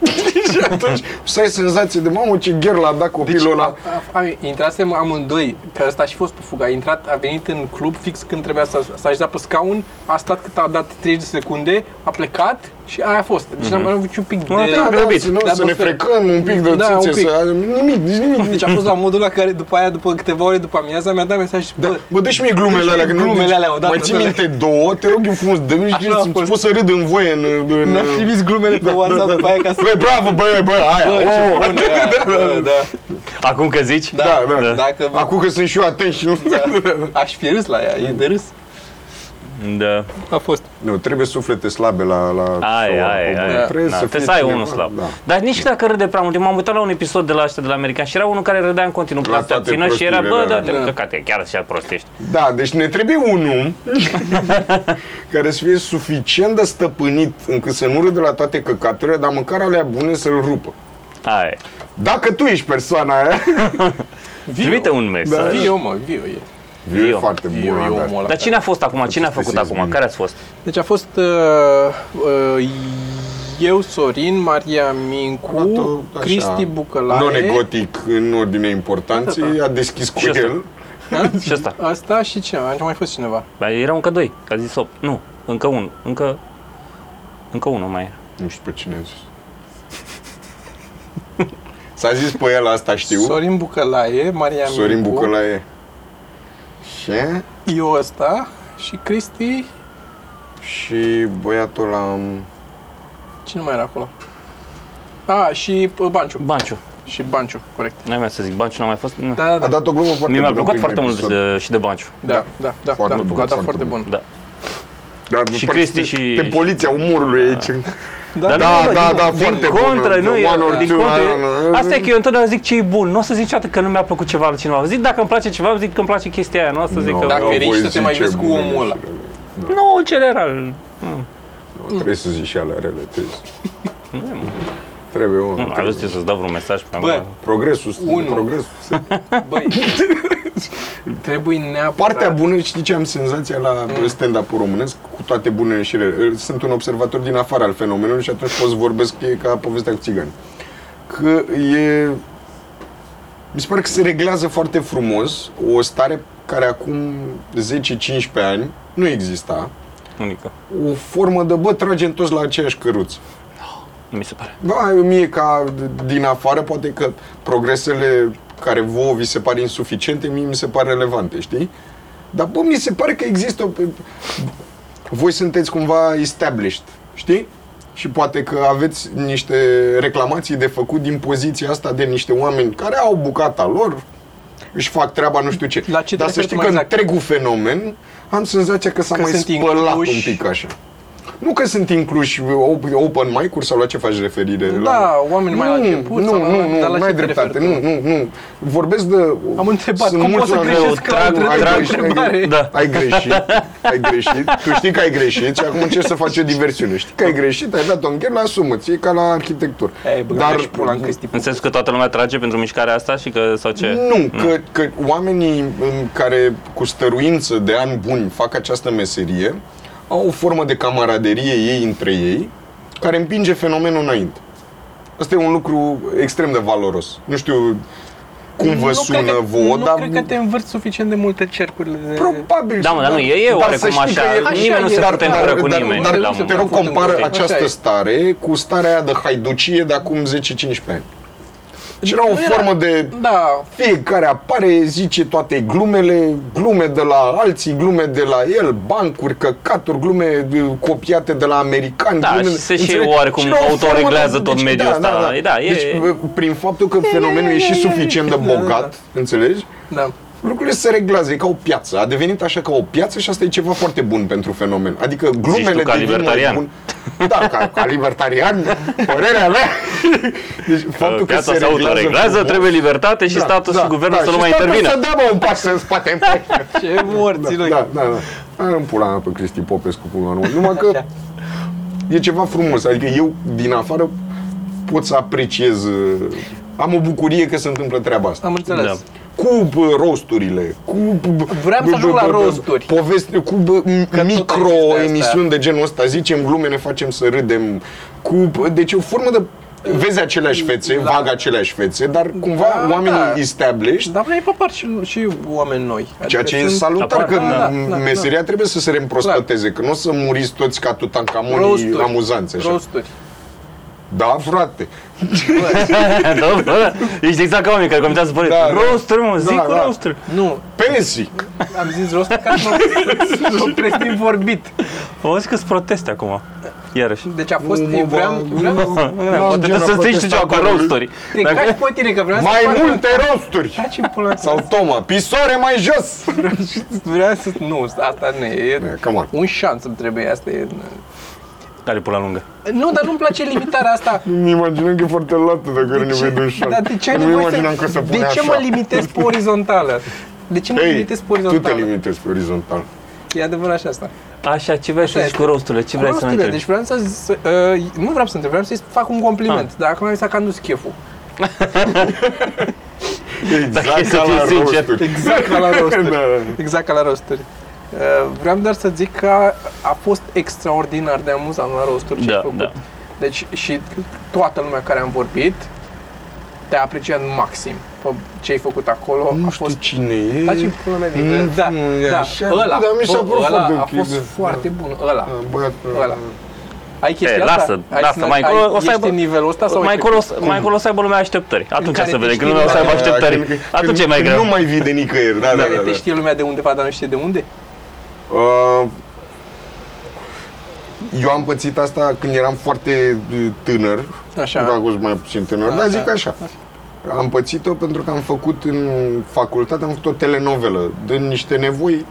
B: [LAUGHS] și atunci o să ai senzație de, mamă, ce gher l-a dat copilul ăla.
A: A- Am, intrasem amândoi, că ăsta a și fost pe fugă. A intrat, a venit în club fix când trebuia să s-a așezat pe scaun, a stat cât a dat 30 de secunde, a plecat și aia a fost. Deci n-am avut niciun pic de...
C: Mă, da,
B: Da,
C: grăbit.
B: să, Mhm. nu,
A: Da,
B: să ne
A: bă, frate.
B: frecăm un pic de
A: Da, un
B: țâțe,
A: pic.
B: să... Nimic, nici nimic.
A: Deci a fost la modul la care după aia, după câteva ore după amiaza, mi-a dat mesaj și
B: Da.
A: bă,
B: Bă, dă-și mie glumele
A: dă-și
B: alea,
A: mie
B: că nu
A: glumele alea odată,
B: Mai ții
A: dă-le.
B: minte două, te rog eu frumos, dă-mi și
A: Așa a
B: îți
A: fost.
B: pot să râd în voie în... în
A: mi-a trimis glumele
B: Da,
A: pe WhatsApp după aia ca să...
B: Băi, bravo, băi, băi, aia,
A: Bă, ce
B: oh,
A: bună e aia. Bă, da.
C: Acum că zici?
B: da, da,
C: Da.
A: Dacă
B: Acum că sunt și eu atent și nu...
A: da, aș fi râs la ea, e de râs.
C: Da.
A: A fost.
B: Nu, trebuie suflete slabe la... la
C: Ai,
B: sau-
C: ai,
B: acum.
C: ai.
B: Trebuie
C: Na,
B: să
C: Trebuie
B: fie
C: să ai
B: cineva,
C: unul slab.
B: da.
C: Dar nici dacă râde prea mult. Eu m-am uitat la un episod de la ăștia de la American și era unul care râdea în continuu pe
B: La
C: asta
B: toate
C: țină și era, bă,
B: prostiile
C: da,
B: alea.
C: te
A: Da.
C: căcate, chiar așa prostești.
B: Da, deci ne trebuie un om [LAUGHS] care să fie suficient de stăpânit încât să nu râdă la toate căcaturile, dar măcar alea bune să-l rupă.
C: Ai.
B: Dacă tu ești persoana aia,
C: Trimite un
B: Da,
C: mesaj.
A: Viu, mă, viu e.
B: Viu e
C: Eu.
B: foarte
A: Viu
B: bună.
A: e
B: da.
A: omul ăla.
C: Dar cine a fost acum? Cine a
B: Aceste
C: făcut acum?
B: seismini.
C: Care ați fost?
A: Deci a fost uh, uh, eu, Sorin, Maria Mincu,
B: Tot așa,
A: Cristi Bucălae,
B: Non-egotic în ordine
A: Da,
B: importanței, a deschis cu
C: Și ăsta.
B: el.
C: Și ăsta?
A: asta și cineva, a mai fost cineva.
C: Dar erau încă doi. A zis 8. Nu, încă unul. Încă... Încă unul mai era.
B: Nu știu pe cine a zis. S-a zis pe el, asta știu.
A: Sorin Bucălae, Maria
B: Sorin
A: Mincu,
B: Bucălae. Și?
A: eu ăsta și Cristi,
B: Și băiatul ăla... um,
A: Da, cine mai era acolo? A, și uh, Banciu.
C: Banciu.
A: Și Banciu, corect.
C: Nu mai să zic, Banciu n-a mai fost? Nu.
A: Da, da,
B: A
A: da,
B: dat o glumă foarte
C: Mi mi-a
B: bună
C: plăcut
B: în
C: foarte
B: primul
C: mult
B: episod.
C: de, și de Banciu.
A: da, da, da,
B: Foarte
A: da,
B: bun,
A: da, da,
B: foarte
A: foarte
B: bun.
A: bun.
C: Da.
B: Dar nu
C: Și
B: pare-
C: Cristi
B: pe-
C: și-
B: Pe poliția umorului aici.
A: Da,
B: Da, da, da,
C: din
B: foarte
C: contră,
B: bună.
C: nu
B: The
C: e,
B: one or
C: din
B: two,
C: contră,
B: I don't know.
C: Asta e că eu întotdeauna zic ce e bun. Nu o să zic niciodată că nu mi-a plăcut ceva la cineva. Zic dacă îmi place ceva, zic că îmi place chestia aia. Nu o să zic
B: Nu,
C: că...
A: Dacă
B: eu
A: ești
B: voi
A: să te mai
B: zice
A: vezi cu
B: bune
A: omul ăla.
B: și rele.
C: Nu, în general.
B: Nu, Trebuie să zici și alea rele, trebuie să- Trebuie, mă.
C: Nu, ai văzut eu să-ți dau vreun mesaj pe
A: Bă,
B: Progresul,
A: Unu.
B: progresul. se-
A: băi, trebuie neapărat...
B: [LAUGHS] Partea bună, știi ce am senzația la stand-up românesc, cu toate bunele și rele. Sunt un observator din afară al fenomenului și atunci pot să vorbesc e ca povestea cu țigani. Că e... Mi se pare că se reglează foarte frumos o stare care acum 10-15 ani nu exista.
C: Unică.
B: O formă de, bă, tragem toți la aceeași căruță.
C: Mi se pare.
B: Da, mie ca din afară, poate că progresele care vouă vi se pare insuficiente, mie mi se pare relevante, știi? Dar, bă, mi se pare că există... o- Voi sunteți cumva established, știi? Și poate că aveți niște reclamații de făcut din poziția asta de niște oameni care au bucata lor, își fac treaba nu știu ce.
A: La ce te
B: Dar să
A: referi
B: știi
A: tu
B: că
A: mai exact?
B: întregul fenomen am senzația că s-a
A: Că
B: mai
A: sunt
B: spălat un
A: incluși-
B: pic așa. Nu că sunt incluși op- open mic-uri sau la ce faci referire?
A: Da,
B: la...
A: oameni mai la început
B: Nu,
A: sau la-
B: nu, nu,
A: dar la
B: nu,
A: ce
B: n-ai
A: te
B: dreptate,
A: referi
B: nu, nu, nu. Vorbesc de...
A: Am întrebat,
B: sunt
A: cum
B: mulți
A: poți să
B: oameni-
A: greșesc
C: ca la
B: ai
C: întrebare?
B: greșit, ai
A: Întrebare.
B: greșit.
C: Da.
B: Ai greșit, ai greșit, tu știi că ai greșit și acum ce să faci o diversiune. Știi că ai greșit, ai dat-o în gher, asumă-ți, e ca la arhitectură.
A: E, bă, Dar... pula în Cristi.
C: În sensul că toată lumea trage pentru mișcarea asta și că... Sau ce?
B: Nu, că, că oamenii în care cu stăruință de ani buni fac această meserie au o formă de camaraderie ei între ei care împinge fenomenul înainte. Asta e un lucru extrem de valoros. Nu știu, cum vă sună
A: că,
B: vouă,
A: nu
B: dar...
A: cred că te învârți suficient de multe cercurile. De...
B: Probabil.
C: Da, mă, dar nu, e- e
B: Dar să
C: oarecum
B: știi
C: așa.
B: că
C: Nimeni nu se
B: dar-
C: pute
B: dar-
C: împăra cu
B: dar-
C: nimeni, Da,
B: Dar,
C: la
B: dar
C: un
B: te
C: moment
B: rog,
A: dat.
B: compară
A: Așa
B: această
A: e.
B: stare cu starea aia de haiducie de acum 10-15 ani. Și era o
A: Nu era-
B: formă de
A: Da,
B: fiecare apare, zice toate glumele, glume de la alții, glume de la el, bancuri, căcaturi, glume uh, copiate de la americani.
C: Da,
B: glume
C: și se și
B: înțelegi?
C: oarecum
B: era o formă de-
C: autoreglează tot mediul
B: da,
C: ăsta,
B: Da,
C: e,
B: da.
C: da, e-
B: deci, uh, prin faptul că fenomenul e și suficient de
A: Da, da, da.
B: bogat, înțelegi?
A: da.
B: Lucrurile se reglează, e ca o piață. A devenit așa ca o piață și asta e ceva foarte bun pentru fenomen. Adică glumele
C: tu ca
B: devin mai
C: libertarian.
B: bun- Da, ca, ca libertarian, părerea mea.
C: [LAUGHS]
B: Deci faptul că
C: Piața
B: se da.
C: se autoreglează,
B: frumos-
C: trebuie libertate și statul și guvernul să nu
B: da, și
C: mai
B: statul
C: intervină.
B: Să dea mă, un pas în spate, în
A: [LAUGHS]
B: față.
A: Ce morți
B: [LAUGHS] da,
A: noi.
B: da, da. Dar în pula mea pe Cristi Popescu, pula mea. Numai că
A: Așa.
B: e ceva frumos. Adică eu, din afară, pot să apreciez... uh, Am o bucurie că se întâmplă treaba asta
A: Am înțeles.
C: Da. [LAUGHS]
B: cu bă, rosturile, cu bă,
A: Vreau să
B: bă,
A: ajung
B: bă,
A: la
B: bă, bă,
A: rosturi.
B: Poveste cu bă,
A: tot
B: m-
A: există
B: micro
A: asta.
B: emisiuni de genul ăsta, zicem glume, ne facem să râdem cu bă, deci o formă de vezi aceleași fețe,
A: Da.
B: vag aceleași fețe, dar cumva
A: Da,
B: oamenii
A: da.
B: established
A: Dar mai apar și, și oameni noi. Adică
B: Ceea ce e salutar,
C: Apar,
B: că
C: da,
A: da, da,
B: meseria trebuie să se reîmprospăteze, că nu o să muriți toți ca tutankamonii
A: Rosturi.
B: amuzanți așa.
A: Rosturi.
B: Da, frate.
C: Da, bă, Ești exact ca oamenii care comentează părere.
B: Da, da.
C: Rosturi, mă, zic
B: Da,
C: cu
B: da.
C: rosturi.
A: Nu,
B: Pensii.
A: am zis rosturi ca să mă opresc din vorbit.
C: Mă zic că sunt proteste acum. Iarăși.
A: Deci a fost,
B: Nu,
A: vreau,
B: bă,
A: vreau,
B: nu,
A: vreau,
B: nu,
C: Poate
B: genul
C: trebuie să zici tu ceva cu
B: protestatorului.
C: rosturi.
A: Te
C: Dacă-
A: caci pe tine, că vreau să
B: Mai
A: fac-
B: multe rosturi.
A: Taci în pula
B: Sau Toma, pisoare mai jos.
A: Vreau să... Nu, asta nu e. e
B: Come on.
A: un șanț îmi trebuie, asta e...
C: Care pula lungă.
A: Nu, dar nu-mi place limitarea asta.
B: Mi imaginam că e foarte lată dacă are nevoie de un șal.
A: Dar de ce ai
B: nu
A: nevoie
B: imaginam că se
A: să...
B: pune
A: De ce
B: așa.
A: mă limitez pe orizontală? De ce mă
B: Ei,
A: limitez pe
B: tu te
A: orizontală?
B: limitezi pe orizontal.
A: E adevărat și asta.
C: Așa, ce vrei să
A: Așa
C: zici
A: este.
C: cu rosturile? Ce vrei să
A: Cunoaște-le,
C: ne întrebi?
A: deci vreau să... să uh, nu vreau să întreb, vreau să-i fac un
C: Ah.
A: compliment. Dar acum mi s-a cam dus cheful.
B: Exact
C: Dacă e să fii sincer.
A: Exact ca [LAUGHS] la rosturi.
B: Da.
A: Exact ca la rosturi. Uh, vreau doar să zic că a fost extraordinar de amuzant la rosturi ce
C: Da,
A: ai făcut.
C: da.
A: Deci și toată lumea care am vorbit te-a apreciat maxim pe ce ai făcut acolo. a
B: Nu
A: fost
B: știu cine e.
A: Faci în pula mea din
B: Mm,
A: Da,
B: e
A: da,
B: așa.
A: ăla,
B: Dar mi s-a
A: bă,
B: părut
A: ăla
B: foarte
A: a
B: ok,
A: fost
B: da. Mm.
A: foarte bun, ăla.
B: Băiatul
A: Ăla. Ai chestia
C: E,
A: asta?
C: Eh, lasă,
A: Ai
C: lasă,
A: ai-
C: mai acolo o
A: ești
C: să aibă...
A: în nivelul ăsta sau
C: mai
A: ai
C: acolo, o
A: trecut?
C: să- mai acolo o să aibă lumea așteptări. Atunci
A: care
C: se
A: te
C: vede,
A: știi
C: când lumea o să
B: Da,
C: aibă
A: lumea,
C: așteptări. Atunci e mai greu.
B: Nu mai vii de nicăieri, da, da,
A: Care
B: da.
A: te
B: da.
A: știe lumea de undeva, dar nu știe de unde?
B: Uh, Eu am pățit asta când eram foarte uh, tânăr,
A: Așa.
B: dacă sunt mai puțin
C: Ah,
B: tânăr, dar
C: da.
A: Așa.
B: zic așa. Am pățit-o pentru că am făcut în facultate, am făcut o telenovelă din niște nevoi,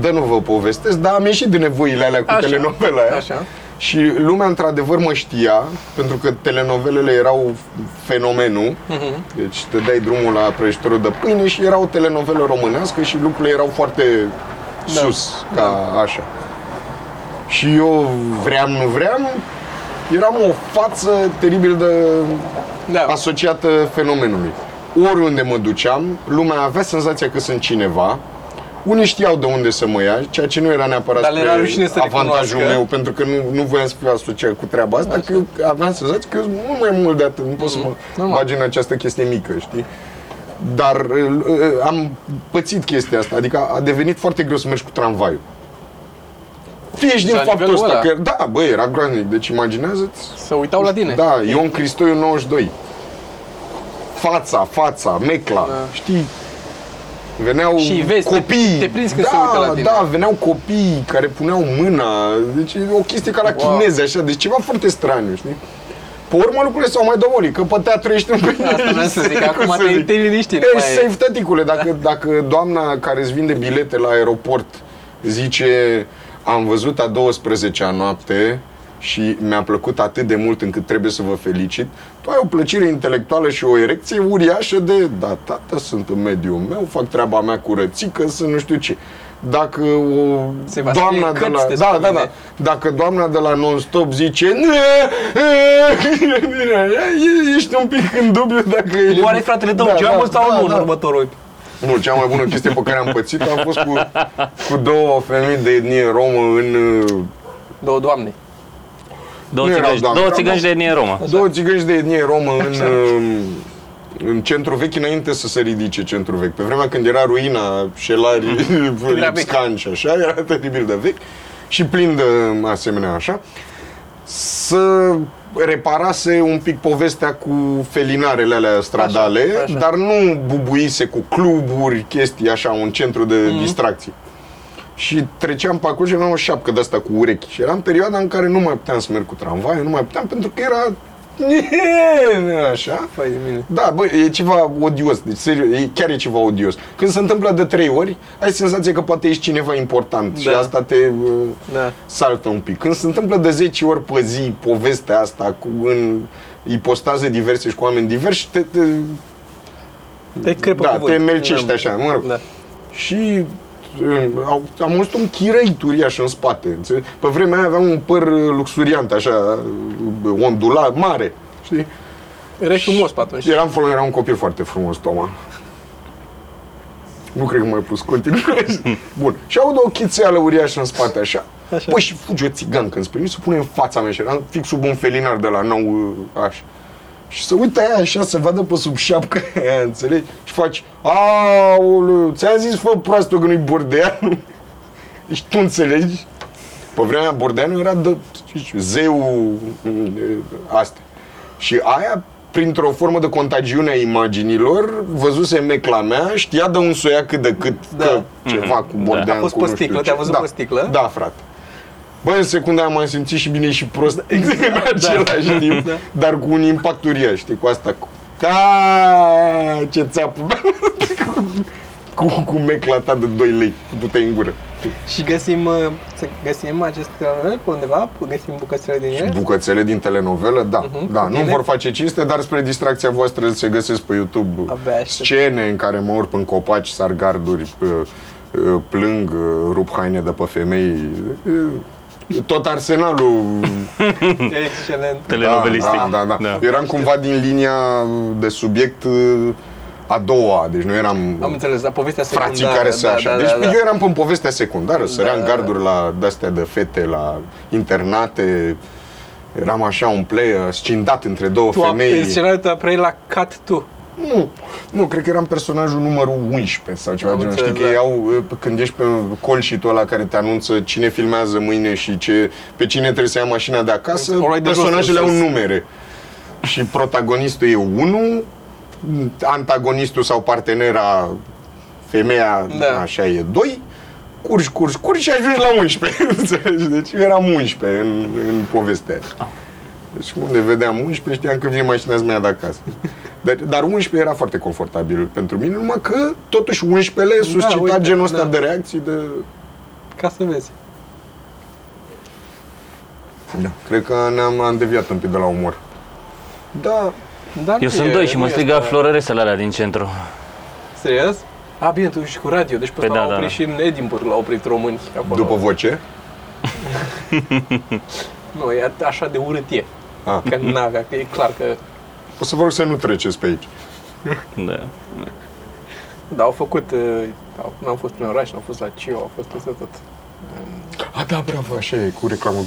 B: de nu vă povestesc, dar am ieșit din nevoile alea cu
A: Așa.
B: telenovela aia.
A: Așa.
B: Și lumea într-adevăr mă știa, pentru că telenovelele erau fenomenul.
A: Mhm.
B: Deci te dai drumul la prăjitorul de pâine și era o telenovelă românească și lucrurile erau foarte
A: Da.
B: sus, ca așa. Și eu vreau, nu vreau, eram o față teribil de
A: Da.
B: asociată fenomenului. Oriunde mă duceam, lumea avea senzația că sunt cineva, unii știau de unde să mă ia, ceea ce nu era neapărat
A: Dar le era
B: spre
A: rușine să
B: avantajul
A: recunoască.
B: meu, pentru că nu, nu voiam să fiu asociat cu treaba asta, că eu aveam senzația că eu sunt mult mai mult de atât, nu pot să mă
A: Mm, Normal.
B: bagi în această chestie mică, știi? Dar uh, uh, am pățit chestia asta, adică a- a devenit foarte greu să mergi cu tramvaiul. Fie și din
A: La
B: faptul
A: nivelul
B: ăsta
A: ăla.
B: că, da, bă, era groaznic, deci imaginează-ți
A: Să uitau la tine.
B: da, Ion Cristoiu 92. Fața, fața, mecla,
A: Da.
B: știi? Veneau
A: Și vezi, te-
B: copii.
A: te prinzi când
B: da,
A: se uită la tine.
B: Da, veneau copii care puneau mâna. Deci e o chestie ca la
A: Wow.
B: chineze, așa. Deci ceva foarte straniu, știi? Pe urmă lucrurile s-au mai dovolit, că pe teatru ești în
A: Asta vreau să
B: [LAUGHS]
A: zic, acum te- te-ai liniștit,
B: Ești
A: mai e.
B: safe, tăticule, dacă, dacă doamna care îți vinde bilete la aeroport zice am văzut a 12-a noapte și mi-a plăcut atât de mult încât trebuie să vă felicit, tu ai o plăcere intelectuală și o erecție uriașă de da, tată, sunt în mediul meu, fac treaba mea curățică, să nu știu ce. Dacă o
A: Se va
B: doamna
A: scrie
B: de la...
A: cărți despre
B: Da, da, da.
A: mine.
B: Dacă doamna de la non-stop zice "Nă, nă", e- ești un pic în dubiu dacă e...
A: Oare fratele tău
B: Da,
A: geamul
B: da,
A: sau
B: da,
A: nu în
B: da.
A: următorul?
B: Nu, cea mai bună chestie pe care am pățit a fost cu, cu două femei de etnie romă în... uh,
A: Două doamne.
C: Două
B: Nu erau
C: țigăni,
B: doamne, Da,
C: două
B: erau
C: țigăni de etnie romă.
B: Două țigăni de etnie romă în, uh, în centru vechi înainte să se ridice centru vechi. Pe vremea când era ruina, [LAUGHS] șelari,
A: Mm. era vechi.
B: Lipscan și așa, era teribil de vechi și plin de um, asemenea așa, să reparase un pic povestea cu felinarele alea stradale,
A: Așa,
B: așa,
A: așa.
B: așa. dar nu bubuise cu cluburi, chestii așa, un centru de
A: Mm.
B: mm-hmm. distracție. Și treceam pe acolo și aveam o șapcă de asta cu urechi. Și era în perioada în care nu mai puteam să merg cu tramvaiul, nu mai puteam pentru că era [LAUGHS] așa.
A: Fai de mine.
B: Da, bă, e ceva odios, deci serios, e, chiar e ceva odios. Când se întâmplă de trei ori, ai senzația că poate ești cineva important da. și
A: Da.
B: asta te uh,
A: Da.
B: saltă un pic. Când se întâmplă de 10 ori pe zi povestea asta cu, în ipostaze diverse și cu oameni diversi, te, te,
A: Te crepă
B: da,
A: cuvânt.
B: te melcești
A: Da.
B: așa, mă rog.
A: Da.
B: Și uh, au- am văzut un chirei turiaș în spate. înțelegi? Pe vremea aia aveam un păr uh, luxuriant, așa, uh, ondulat, mare. Știi?
A: Erai frumos pe atunci.
B: Și eram, fol- era un copil foarte frumos, Toma. Nu cred că mai pus continuu.
A: [LAUGHS]
B: Bun. Și aud o chițeală uriașă în spate, așa.
A: Așa.
B: așa. Păi și fuge o țigancă înspre mine, se pune în fața mea și eram fix sub un felinar de la nou, uh, așa. Și se uită aia așa, se vadă pe sub șapcă [LAUGHS] aia, înțelegi? Și faci, aoleu, ți-am zis, fă proastul că nu-i bordeanu. [LAUGHS] Deci tu înțelegi? Pe vremea Bordeanu era de ce știu, zeul m, e, astea. Și aia, printr-o formă de contagiune a imaginilor, văzuse mecla mea, știa de un soia cât de cât
A: Da.
B: da. că ceva cu Bordeanu.
A: A fost
B: cu
A: pe
B: nu știu
A: sticlă,
B: ce.
A: te-a văzut
B: da.
A: pe sticlă?
B: Da, frate. Bă, în secunda aia m-am simțit și bine și prost exact, în același
A: da.
B: timp,
A: Da.
B: dar cu un impact uriaș, știi, cu asta cu... Da, ce țeapă! [LAUGHS] cu, cu mecla ta de 2 lei, du-te în gură.
A: Și găsim, uh, să găsim acest cărămel pe undeva, găsim bucățele din ele.
B: Bucățele din telenovelă, da,
A: Mhm.
B: da, nu
A: Ele-
B: vor face cinste, dar spre distracția voastră se găsesc pe YouTube
A: Abia aștept.
B: scene în care mă urc în copaci, sar garduri, p- plâng, uh, rup haine de pe femei, uh, tot arsenalul
A: Excelent.
C: Telenovelistic.
B: Da, da, da, da. Eram cumva din linia de subiect uh, a doua, deci nu eram
A: Am înțeles, dar povestea secundară.
B: frații care se
A: da,
B: așa.
A: Da,
B: deci
A: da, da.
B: eu eram pe povestea secundară, săream
A: da, da.
B: garduri la de-astea de fete, la internate, eram așa un player, scindat între două
A: Tu
B: femei.
A: femei... scenariul tău apărei la Cat tu.
B: Nu, nu, cred că eram personajul numărul 11 sau ceva
A: Am
B: genul. Știi
A: înțeles,
B: că
A: da.
B: iau, eh, când ești pe colșitul ăla care te anunță cine filmează mâine și ce, pe cine trebuie să ia mașina de acasă,
A: O luai de jos,
B: personajele au
A: trebuie să-
B: numere. Și protagonistul e 1, antagonistul sau partenera, femeia,
A: Da.
B: da. așa e 2, curgi, curgi, curgi și ajungi la 11. [LAUGHS] Înțelegi? Deci eu eram 11 în, în povestea aia. Deci unde vedeam 11, știam că vine mașina mea de acasă. Dar, dar 11 era foarte confortabil pentru mine, numai că totuși 11-le suscita
A: uite,
B: genul ăsta
A: da.
B: de reacții de...
A: Ca să vezi.
B: Da. Cred că ne-am am deviat un pic de la umor.
A: Da. Dar
C: Eu
A: nu
C: sunt
A: e-
C: doi și mă
A: nu
C: striga
A: este-
C: floreresele alea din centru.
A: Serios? A, bine, tu ești cu radio, deci pe
C: Păi
A: ăsta
C: da,
A: l-au
C: da,
A: oprit
C: da.
A: și în Edinburgh, l-au oprit români acolo.
B: După voce.
A: Nu, e a- așa de urât e.
B: A,
A: Că n-avea, că e clar că...
B: o să vă rog să nu treceți pe aici.
C: Da.
A: Da, au făcut... uh, au- N-am fost în oraș, n-am fost la CIO, au fost peste tot.
B: A, da, bravo, așa e, cu reclamă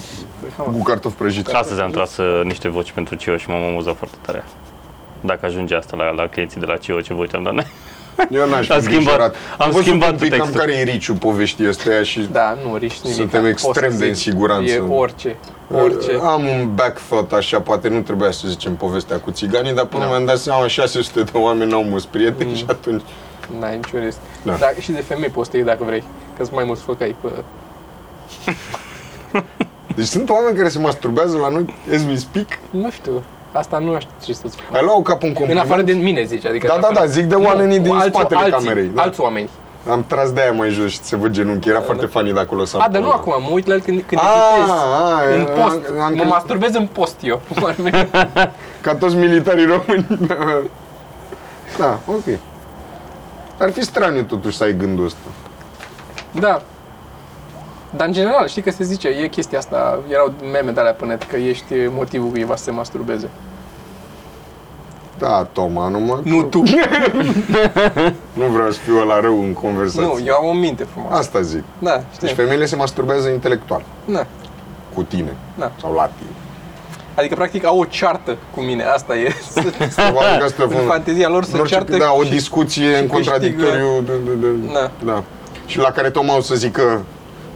B: cu
A: Cam-
B: cartofi prăjiți.
C: Astăzi am tras uh, niște voci pentru Cio și m-am amuzat foarte tare. Dacă ajunge asta la, la clienții de la Cio, ce voi am dat noi?
B: Eu n-aș fi
C: Am schimbat-
B: îngrijorat.
C: am
B: văzut
C: schimbat
B: un pic cam
C: textul.
B: care e riciu povestii astea și
A: Da, nu riști nimic.
B: Suntem
A: poți
B: extrem
A: să
B: de în
A: zici,
B: siguranță.
A: E orice, orice.
B: Uh, Am un backthought așa, poate nu trebuia să zicem povestea cu țiganii, dar până
A: Da.
B: da. mi-am dat seama 600 de oameni n-au mulți prieteni mm. și atunci...
A: N-ai niciun risc. Da.
B: Da.
A: Dar și de femei poți să iei dacă vrei, că sunt mai mulți făcai pe...
B: Deci sunt oameni care se masturbează la noi, as we speak,
A: Nu știu, asta nu știu ce să spun.
B: ai luat cap un
A: În
B: compliment.
A: afară de mine, zici, adică...
B: Da,
A: în
B: da,
A: afară-
B: da, zic de oamenii
A: Nu,
B: din
A: alți-
B: spatele
A: alții,
B: camerei, da.
A: Alți oameni.
B: Am tras de aia mai jos și se văd genunchi, era foarte funny de acolo să
A: A, dar nu acum, mă uit la el când, când
B: A,
A: editez.
B: a,
A: În
B: a,
A: post.
B: Ah, am-
A: Mă
B: am-
A: masturbez în post
B: [LAUGHS]
A: eu.
B: Ca toți militarii români. da, ok. Ar fi straniu totuși să ai gândul ăsta.
A: da. Dar în general, știi că se zice, e chestia asta, erau meme de alea pe net, că ești motivul cuiva să se masturbeze.
B: Da, Toma, numai...
A: Nu
B: [LAUGHS]
A: tu.
B: Nu vreau să fiu ăla rău în conversație.
A: nu, eu am o minte frumoasă.
B: Asta zic.
A: Da,
B: Deci
A: știi.
B: femeile se masturbează intelectual
A: Da,
B: cu tine
A: da.
B: sau la tine.
A: Adică, practic, au o ceartă cu mine. Asta
B: [LAUGHS]
A: e.
B: Probabil că asta e
A: în
B: fun-
A: fantezia lor
B: în
A: să
B: orice,
A: ceartă.
B: da, o
A: și-
B: discuție în
A: câștigă-
B: contradictoriu. Da. Da, da,
A: Da.
B: da. Și la care Toma o să zică,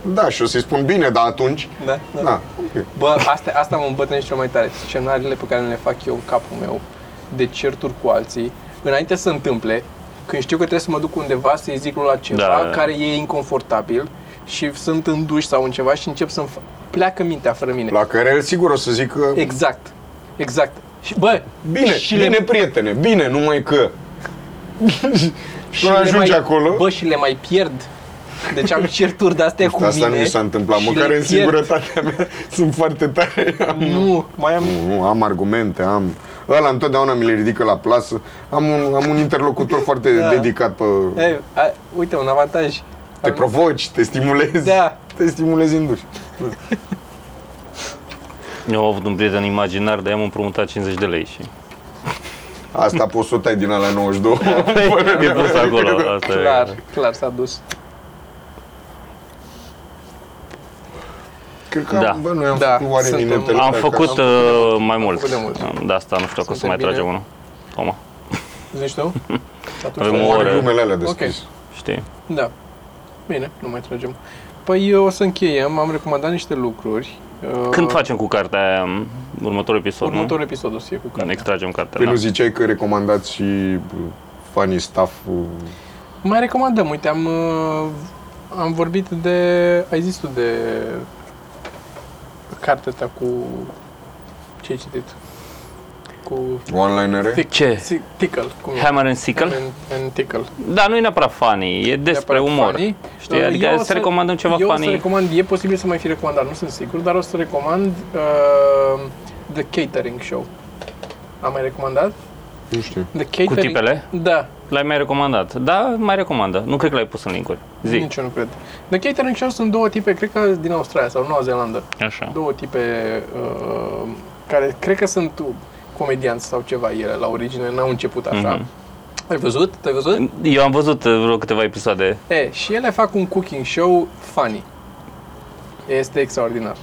B: da, și o să-i spun bine, dar atunci,
A: Da, da.
B: da, da. ok.
A: Bă, asta, asta mă îmbătrânește cel mai tare. Scenariile pe care le fac eu în capul meu de certuri cu alții, înainte să se întâmple, când știu că trebuie să mă duc undeva să-i zic lui la ceva
C: Da,
A: da.
C: da.
A: care e inconfortabil și sunt în duș sau în ceva și încep să-mi fa- pleacă mintea fără mine.
B: La care el sigur o să zică,
A: Exact. Exact. Și, bă,
B: bine,
A: și
B: bine
A: le,
B: prietene, bine, numai că.
A: și
B: și când ajungi
A: mai,
B: acolo,
A: Bă, și le mai pierd. Deci am certuri de-astea cu
B: asta
A: mine.
B: nu mi s-a întâmplat,
A: și
B: măcar
A: le
B: în
A: pierd.
B: singurătatea mea [LAUGHS] sunt foarte tare. Am
A: Nu, mai am...
B: Nu, nu, am argumente, am... Ăla întotdeauna mi le ridică la plasă. Am un, am un interlocutor foarte
A: Da.
B: da. dedicat pe...
A: Ei, a, uite, un avantaj.
B: Te
A: Am-
B: provoci, te stimulezi.
A: Da.
B: Te stimulezi în duș.
C: Eu am avut un prieten imaginar, dar i-am împrumutat 50 de lei și...
B: Asta poți să o tai din alea 92. Fără
C: [LAUGHS] E pus
B: de-
C: [LAUGHS] acolo, asta e.
A: Clar, clar s-a dus.
B: Cred că
C: Da.
B: am, bă, noi am
A: Da,
B: făcut oare
A: suntem-
B: minutele
C: Am
B: astea,
C: făcut
B: că
C: uh, mai mult.
A: de mult.
C: De asta nu știu dacă o să
A: Suntem
C: mai
A: bine.
C: tragem unul. Toma,
A: Zici
C: [LAUGHS]
A: tu? Atunci
C: Avem
A: hai.
B: am
C: uh, o oră.
B: oare glumele alea de
A: Ok.
B: scris.
C: știi?
A: Da. Bine, nu mai tragem. Păi eu o să încheiem, am recomandat niște lucruri. Uh,
C: Când facem cu cartea aia, m, următorul episod,
A: Următorul episod o să fie cu
C: nu? Ne
A: cartea.
C: extragem cartea,
B: Păi
C: da.
B: nu ziceai că recomandați și bă, fanii staff uh,
A: Mai recomandăm, uite, am, uh, am vorbit de... Ai zis tu de cartea asta cu... Ce ai citit? Cu...
B: online
A: Tic-
C: Ce?
A: tic- Tickle, cum e?
C: Hammer and Sickle?
A: And, and Tickle.
C: Da, nu e neapărat funny, e despre
A: Neapărat
C: umor.
A: funny.
C: Știi,
A: Uh,
C: adică
A: eu o
C: să, recomandăm ceva
A: eu o să
C: funny.
A: recomand, e posibil să mai fi recomandat, nu sunt sigur, dar o să recomand uh, The Catering Show. Am mai recomandat?
B: Nu știu.
A: The Catering...
C: Cu tipele?
A: Da,
C: L-ai mai recomandat. Da, mai recomandă. Nu cred că l-ai pus în linkuri. Zi.
A: nici eu nu cred. The Catering Show sunt două tipe, cred că din Australia sau Noua Zeelandă.
C: Așa.
A: Două tipe uh, care cred că sunt comedianți sau ceva ele la origine, n-au început așa.
C: Mhm.
A: Ai văzut? Te-ai văzut?
C: Eu am văzut uh, vreo câteva episoade.
A: E, și ele fac un cooking show funny. Este extraordinar.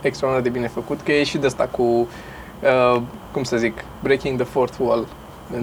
A: Extraordinar de bine făcut, că e și de asta cu, uh, cum să zic, breaking the fourth wall.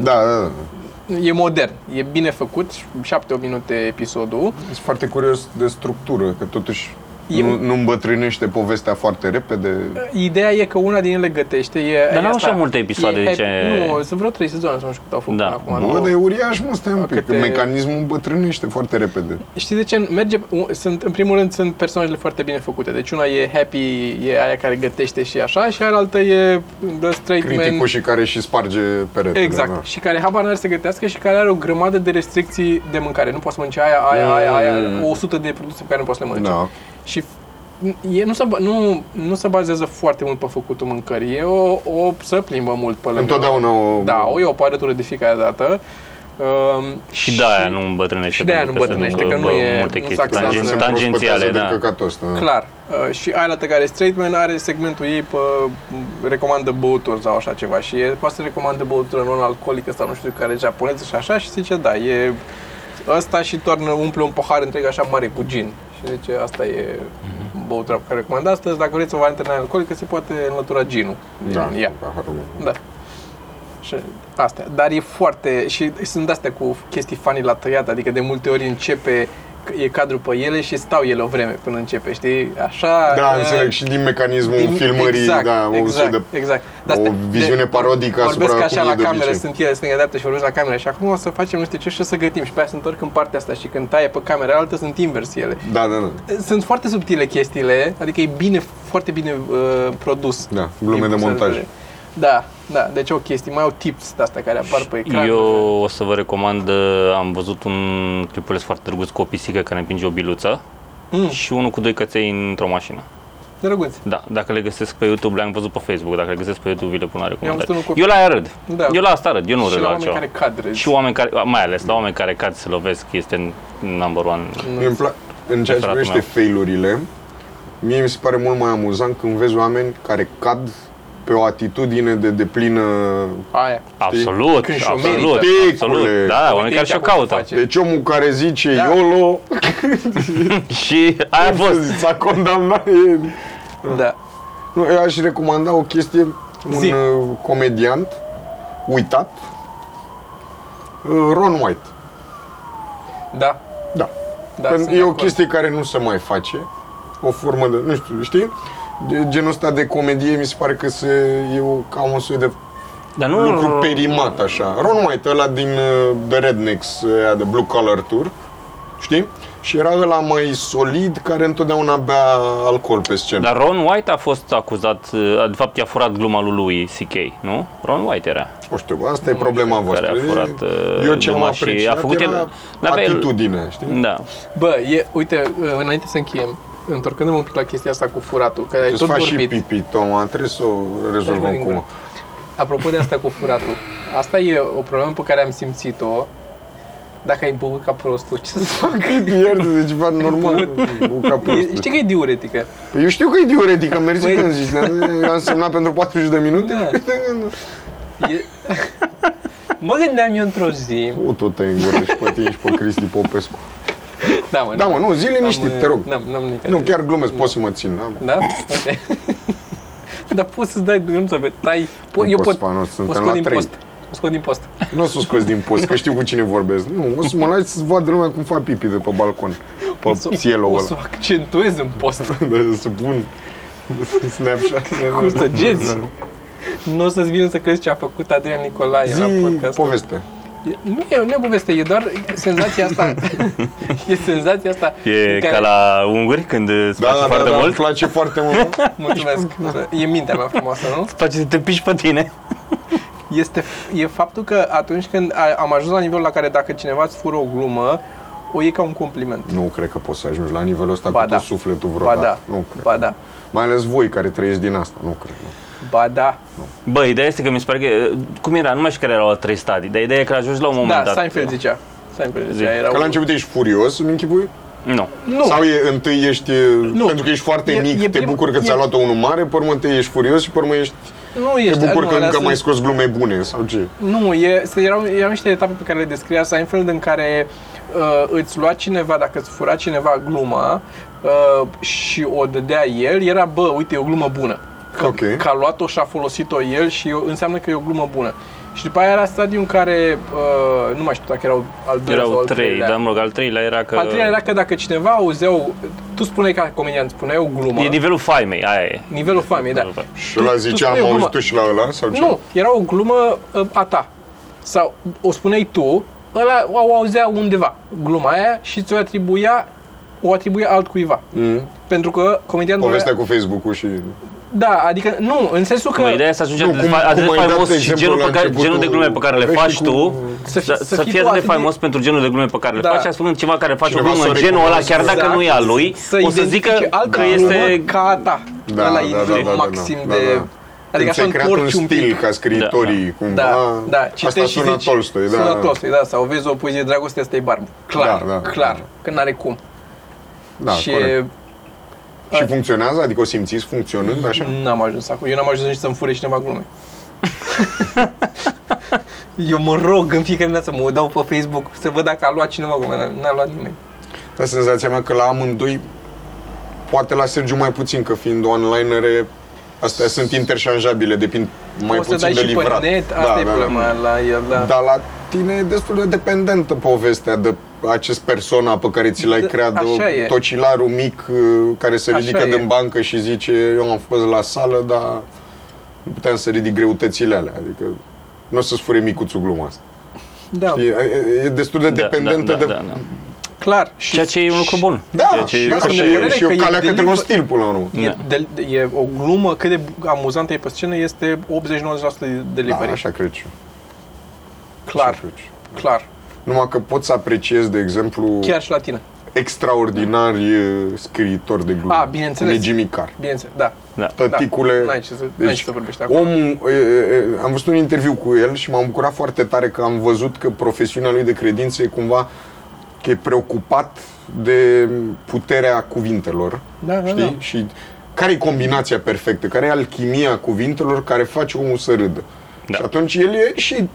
B: Da, da, da.
A: E modern, e bine făcut, 7-8 minute episodul.
B: Sunt foarte curios de structură, că totuși
A: E-
B: nu, nu îmbătrânește povestea foarte repede.
A: Ideea e că una din ele gătește. E,
C: Dar
A: e
C: n-au
A: asta.
C: așa multe episoade,
A: e,
C: zice-
A: Nu, sunt vreo 3 sezoane, să nu știu cât au făcut
C: Da.
A: până acum.
B: Bă,
A: nu-
B: dar e uriaș, mă, stai un
A: Dacă
B: pic.
A: te-
B: Te... Mecanismul îmbătrânește foarte repede.
A: Știi de ce? Merge, u- sunt, în primul rând sunt personajele foarte bine făcute. Deci una e happy, e aia care gătește și așa, și alta e the straight man.
B: Criticul și care și sparge peretele.
A: Exact.
B: Da.
A: Și care habar n-are să gătească și care are o grămadă de restricții de mâncare. Nu poți să mănânci aia, aia, aia, aia,
B: Mm.
A: 100 de produse pe care nu poți să le mănânci.
B: da.
A: Și e, nu, se, ba- nu, nu se bazează foarte mult pe făcutul mâncării. E o, o se plimbă mult pe lângă.
B: Întotdeauna o...
A: Da, o e o parătură de fiecare dată. Um,
C: Și de aia nu îmbătrânește.
A: și de-aia
C: pentru
A: nu
C: că sunt,
A: îmbătrânește, că nu
C: bă,
A: e-
C: Multe
A: nu
C: chestii
A: s-a axat
C: tangen-
A: pe-
C: tangențiale, da.
B: Căcatul ăsta, da.
A: Clar. Uh, și aia care e straight man are segmentul ei pe recomandă băuturi sau așa ceva și e, poate să recomandă băutură non-alcoolică sau nu știu care e japoneză și așa și zice da, e ăsta și toarnă, umple un pahar întreg așa mare cu gin. Și zice asta e băutura pe care o recomand astăzi, dacă vreți o variantă non-alcoolică se poate înlătura ginul.
B: Da,
A: Ia.
B: paharul.
A: Da. Și astea. Dar e foarte... Și sunt astea cu chestii funny la tăiat, adică de multe ori începe e cadru pe ele și stau ele o vreme până începe, știi? Așa...
B: Da,
A: e,
B: înțeleg, și din mecanismul
A: din-
B: filmării,
A: exact,
B: da, o
A: exact,
B: de...
A: exact.
B: o viziune parodică asupra
A: Vorbesc așa
B: cum
A: la
B: e de
A: cameră,
B: obicei.
A: sunt ele stânga dreaptă și vorbesc la cameră și acum o să facem nu știu ce și o să gătim și pe aia se întorc în partea asta și când taie pe camera altă sunt invers ele.
B: Da, da, da.
A: Sunt foarte subtile chestiile, adică e bine, foarte bine uh, produs.
B: Da, glume de
A: Din punct
B: montaj.
A: vedere. Da, da, deci o chestie, mai au tips de astea care apar pe ecran.
C: Eu o să vă recomand, uh, am văzut un clipuleț foarte drăguț cu o pisică care împinge o biluță
A: Mm,
C: și unul cu doi căței într-o mașină.
A: drăguț.
C: Da, dacă le găsesc pe YouTube, le-am văzut pe Facebook, dacă le găsesc pe YouTube, vi le pun la recomandare.
A: văzut unul cu-
C: Eu la aia râd.
A: Da.
C: Eu la asta râd, eu nu
A: și
C: râd
A: la
C: la
A: oameni
C: altceva.
A: care cadre.
C: Și oameni care, mai ales la oameni care cad se lovesc, este number one.
B: Mie îmi plac, în ceea ce
C: Preferatul
B: privește failurile, mie mi se pare mult mai amuzant când vezi oameni care cad pe o atitudine de deplină
A: Aia.
C: Absolut,
A: Când și-o
C: absolut,
A: merită.
B: Ticule.
C: absolut. Da, oameni care
A: aici
C: și-o
A: acum
C: caută.
A: face.
B: Deci omul care zice
A: Da.
B: da. YOLO,
C: Și aia a
B: cum să
C: fost.
B: zic, s-a condamnat. E...
A: Da.
B: Nu, eu aș recomanda o chestie un
A: Zi.
B: uh, comediant uitat, uh, Ron White.
A: Da.
B: Da.
A: Da,
B: Pentru-
A: sunt
B: e
A: de
B: o
A: acord.
B: chestie care nu se mai face. O formă de, nu știu, știi? De, genul ăsta de comedie mi se pare că se, e o, cam un soi de
C: Dar nu...
B: lucru perimat așa. Ron White, ăla din uh, The Rednecks, uh, de Blue Collar Tour, știi? Și era ăla mai solid care întotdeauna bea alcool pe scenă.
C: Dar Ron White a fost acuzat, uh, de fapt i-a furat gluma lui lui CK, nu? Ron White era.
B: Nu știu, asta e problema voastră.
C: care a furat, uh,
B: Eu ce am
C: gluma și
B: apreciat
C: a făcut
B: era
C: el- n-avea el-
B: atitudinea, știi?
C: Da.
A: Bă, e, uite, uh, înainte să încheiem, întorcându-mă un pic la chestia asta cu furatul, că ai
B: Îți
A: tot
B: faci și
A: vorbit.
B: pipi, Toma, trebuie să o rezolvăm
A: Stai, mă,
B: [LAUGHS] cum.
A: Apropo de asta cu furatul, asta e o problemă pe care am simțit-o dacă ai băut ca prostul,
B: [LAUGHS]
A: ce să fac?
B: Pipi ieri de ceva normal, cu capul
A: E- Păi, Știi că e diuretică.
B: Păi Eu știu că e diuretic, am mersi
A: Păi-
B: când zici, dar a însemnat pentru 40 de minute?
A: Da. E... [LAUGHS] mă gândeam eu într-o zi.
B: [LAUGHS] O, tot te îngură și pe tine și pe Cristi Popescu.
A: Da, mă,
B: Da,
A: n-am,
B: mă, nu, zi liniștit,
A: eh,
B: te rog.
A: N-am, n-am nicat.
B: Nu, chiar glumesc, poți să mă țin. da?
A: Da? Ok. [LAUGHS] Dar poți să-ți dai glumță pe tai. Po-
B: Nu
A: Păi, eu
B: pot
A: pot,
B: să fac, nu,
A: o
B: suntem
A: scot
B: la
A: din
B: trei.
A: post. O scot din post.
B: Nu o să o scoți din post, că știu cu cine vorbesc. Nu, o să mă lași să vadă lumea cum fac pipi de pe balcon.
A: O
B: Pe
A: să,
B: cielul
A: o
B: ăla. [LAUGHS]
A: să o accentuez în post.
B: Da, să pun snapshot.
A: Cum să genți? Nu o să-ți vină să crezi ce a făcut Adrian Nicolae la
B: Zi
A: podcast.
B: poveste.
A: E- Nu e, nu e o poveste, e doar senzația
B: [LAUGHS]
A: asta. e senzația asta.
C: E
A: în care-
C: ca la unguri când îți
B: Da,
C: place foarte mult,
B: îmi place foarte mult.
A: Mulțumesc. E mintea mea frumoasă, nu?
C: face să te piși pe tine.
A: Este, e faptul că atunci când a- am ajuns la nivelul la care dacă cineva îți fură o glumă, o iei ca un compliment.
B: [LAUGHS] Nu cred că poți să ajungi la nivelul ăsta
A: Ba
B: cu
A: da.
B: tot sufletul
A: Ba
B: vreodată.
A: da,
B: Nu cred.
A: ba da,
B: Mai ales voi care trăiți din asta. Nu cred. nu.
A: ba da.
C: Bă, ideea este că mi se pare că, uh, cum era, nu mai știu care erau la trei stadii, dar ideea e că ajungi la un moment
A: Da,
C: dat.
A: Seinfeld zicea. Seinfeld zicea,
C: Zi.
A: era
B: Că la
A: un-
B: început ești furios, îmi închipui?
C: Nu.
A: Da, Nu,
B: Sau e, întâi ești,
A: Nu.
B: pentru că ești foarte
A: E-
B: mic,
A: e
B: te
A: prim-
B: bucur că
A: e-
B: ți-a luat unul mare, pe urmă întâi ești furios și pe urmă ești,
A: nu
B: te
A: ești...
B: bucur
A: nu,
B: că
A: alea
B: încă
A: sunt-
B: mai scos glume bune sau ce.
A: Nu, e, se- erau, erau niște etape pe care le descria Seinfeld în care uh, îți lua cineva, dacă îți fura cineva gluma uh, și o dădea el, era, bă, uite, e o glumă bună. Că,
B: Ok.
A: că a luat-o și a folosit-o el și eu, înseamnă că e o glumă bună. Și după aia era stadiul în care, uh, nu mai știu dacă erau al doilea sau
C: Erau
A: al
C: trei,
A: treilea.
C: dar mă rog, al treilea era că...
A: Al treilea era că dacă cineva auzea, o- tu spuneai ca comedian, spuneai o glumă,
C: E nivelul faimei, aia e.
A: nivelul famei, da.
B: Și ăla
A: tu
B: zicea,
A: spui
B: am
A: o glumă."
B: auzit tu și la ăla sau ce?
A: Nu, era o glumă uh, a ta. Sau o spuneai tu, ăla o auzea undeva, gluma aia, și ți-o atribuia, o atribuia altcuiva.
B: Mm.
A: Pentru că comediantul
B: Povestea cu Facebook-ul și...
A: Da, adică nu, în sensul că...
C: Mă, ideea e să ajungi
B: Nu,
C: atât de
B: cum-
C: fa- atât
B: cum
C: de
B: ai dat
C: faimos și
B: exemplul
C: genul,
B: la
C: pe care,
B: începutul
C: genul de glume pe care le faci
B: veșnicul,
C: tu,
A: să fi-
C: să,
A: să
C: să
A: fii tu
C: fii atât de
A: atât de-
C: faimos pentru genul de glume pe care le
A: Da.
C: faci, astfel încât cineva care face o
B: Cineva
C: glumă
B: să o
C: în genul ăla, chiar
B: recunoască. Exact.
C: dacă nu e a lui,
A: să
C: o să zică
A: identifici Exact. altă
C: că este...
A: glumă ca a ta.
B: Da,
A: Ăla
B: da,
A: e
B: da, da, da,
A: maxim
B: da,
A: de...
B: da, da.
A: Adică
B: Când
A: așa
B: ți-ai creat un
A: întorci un
B: stil
A: pic.
B: ca scriitorii, cumva.
A: Da, da, citești
B: Asta
A: și
B: sună
A: zici,
B: Tolstoi, da.
A: sună
B: da.
A: Tolstoi, da, sau vezi o poezie de dragoste, asta e barbă. Clar,
B: Da, da,
A: clar,
B: da.
A: că n-are cum.
B: Da,
A: și
B: corect. Și funcționează? Adică o simțiți funcționând așa?
A: N-am ajuns acolo. Eu n-am ajuns nici să-mi fure cineva glume. [LAUGHS] Eu mă rog în fiecare dimineață, mă dau pe Facebook să văd dacă a luat cineva glume, dar n-a luat nimeni. Mm-hmm.
B: Dar senzația mea că la amândoi, poate la Sergiu mai puțin, că fiind onlinere, astea sunt interșanjabile, depind mai
A: o să
B: puțin
A: dai
B: de
A: și
B: livrat. Da,
A: pe net, asta e problema la el, da.
B: Dar la tine e destul de dependentă povestea de acest persona pe care ți l-ai
A: Da,
B: creat, de
A: așa e.
B: tocilarul mic uh, care se
A: Așa
B: ridică
A: e.
B: din bancă și zice eu am fost la sală, dar nu puteam să ridic greutățile alea, adică nu o să-ți fure micuțul gluma asta.
A: da,
B: E, e- e destul de dependentă
C: da,
B: de...
C: da, da, Deci da.
A: clar. Și
C: Ceea ce e un lucru bun.
B: Da,
C: Ceea ce
B: da,
A: sunt
B: și,
A: de
B: e-
A: părere
B: și e
A: că
B: o
A: e
B: calea către un
A: deliver-
B: stil până la urmă.
A: E, de, e o glumă cât de amuzantă e pe scenă, este 80-90% de
B: Da,
A: delivery.
B: așa cred și eu.
A: clar,
B: Așa cred și eu.
A: clar.
B: Numai că pot să apreciez, de exemplu,
A: Chiar și la tine.
B: extraordinari eh, scriitori de glume.
A: A, bineînțeles.
B: Cum e Jimmy Carr.
A: Bineînțeles, da.
C: Da.
B: Tăticule. Deci,
A: Da, n-ai ce să- n-ai ce să vorbești acum.
B: omul, e, e, e, am văzut un interviu cu el și m-am bucurat foarte tare că am văzut că profesiunea lui de credință e cumva că e preocupat de puterea cuvintelor.
A: Da, da,
B: știi?
A: da.
B: Și care e combinația perfectă? Care e alchimia cuvintelor care face omul să râdă?
C: Da.
B: Și atunci el e și e,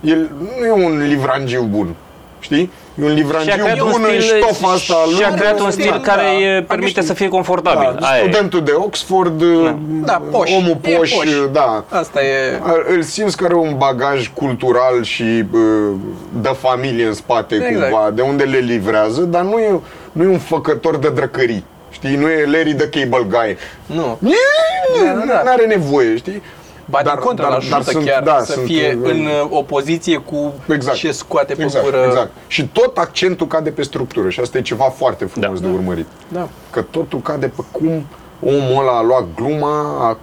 B: el nu e un livrangiu bun. Știi? E un
C: Și-a
B: livrangiu
C: creat un
B: bun în
C: stil,
B: ștofa asta.
C: și-a
B: lung,
C: creat un
B: da.
C: stil care îi permite
A: știut.
C: să fie confortabil.
B: Da,
C: Aia e.
B: studentul de Oxford, uh,
A: Da, poș.
B: omul
A: E
B: poș,
A: poș.
B: da.
A: Asta e...
B: A- Îl simți că are un bagaj cultural și bă, de familie în spate
A: Exact.
B: cumva, de unde le livrează, dar nu e, nu e un făcător de drăcării. Știi, nu e Larry the Cable Guy.
A: Nu.
B: E,
A: Da, da, da.
B: Nu are nevoie, știi?
A: Ba dar, din contră, dar, l-ajută
B: sunt-
A: chiar da, să
B: sunt,
A: fie
B: uh,
A: în uh, opoziție cu
B: Exact.
A: ce scoate pe
B: exact,
A: gură.
B: Exact. Și tot accentul cade pe structură și asta e ceva foarte frumos
C: Da.
B: de urmărit.
A: Da.
B: Că totul cade pe cum omul ăla a luat gluma, a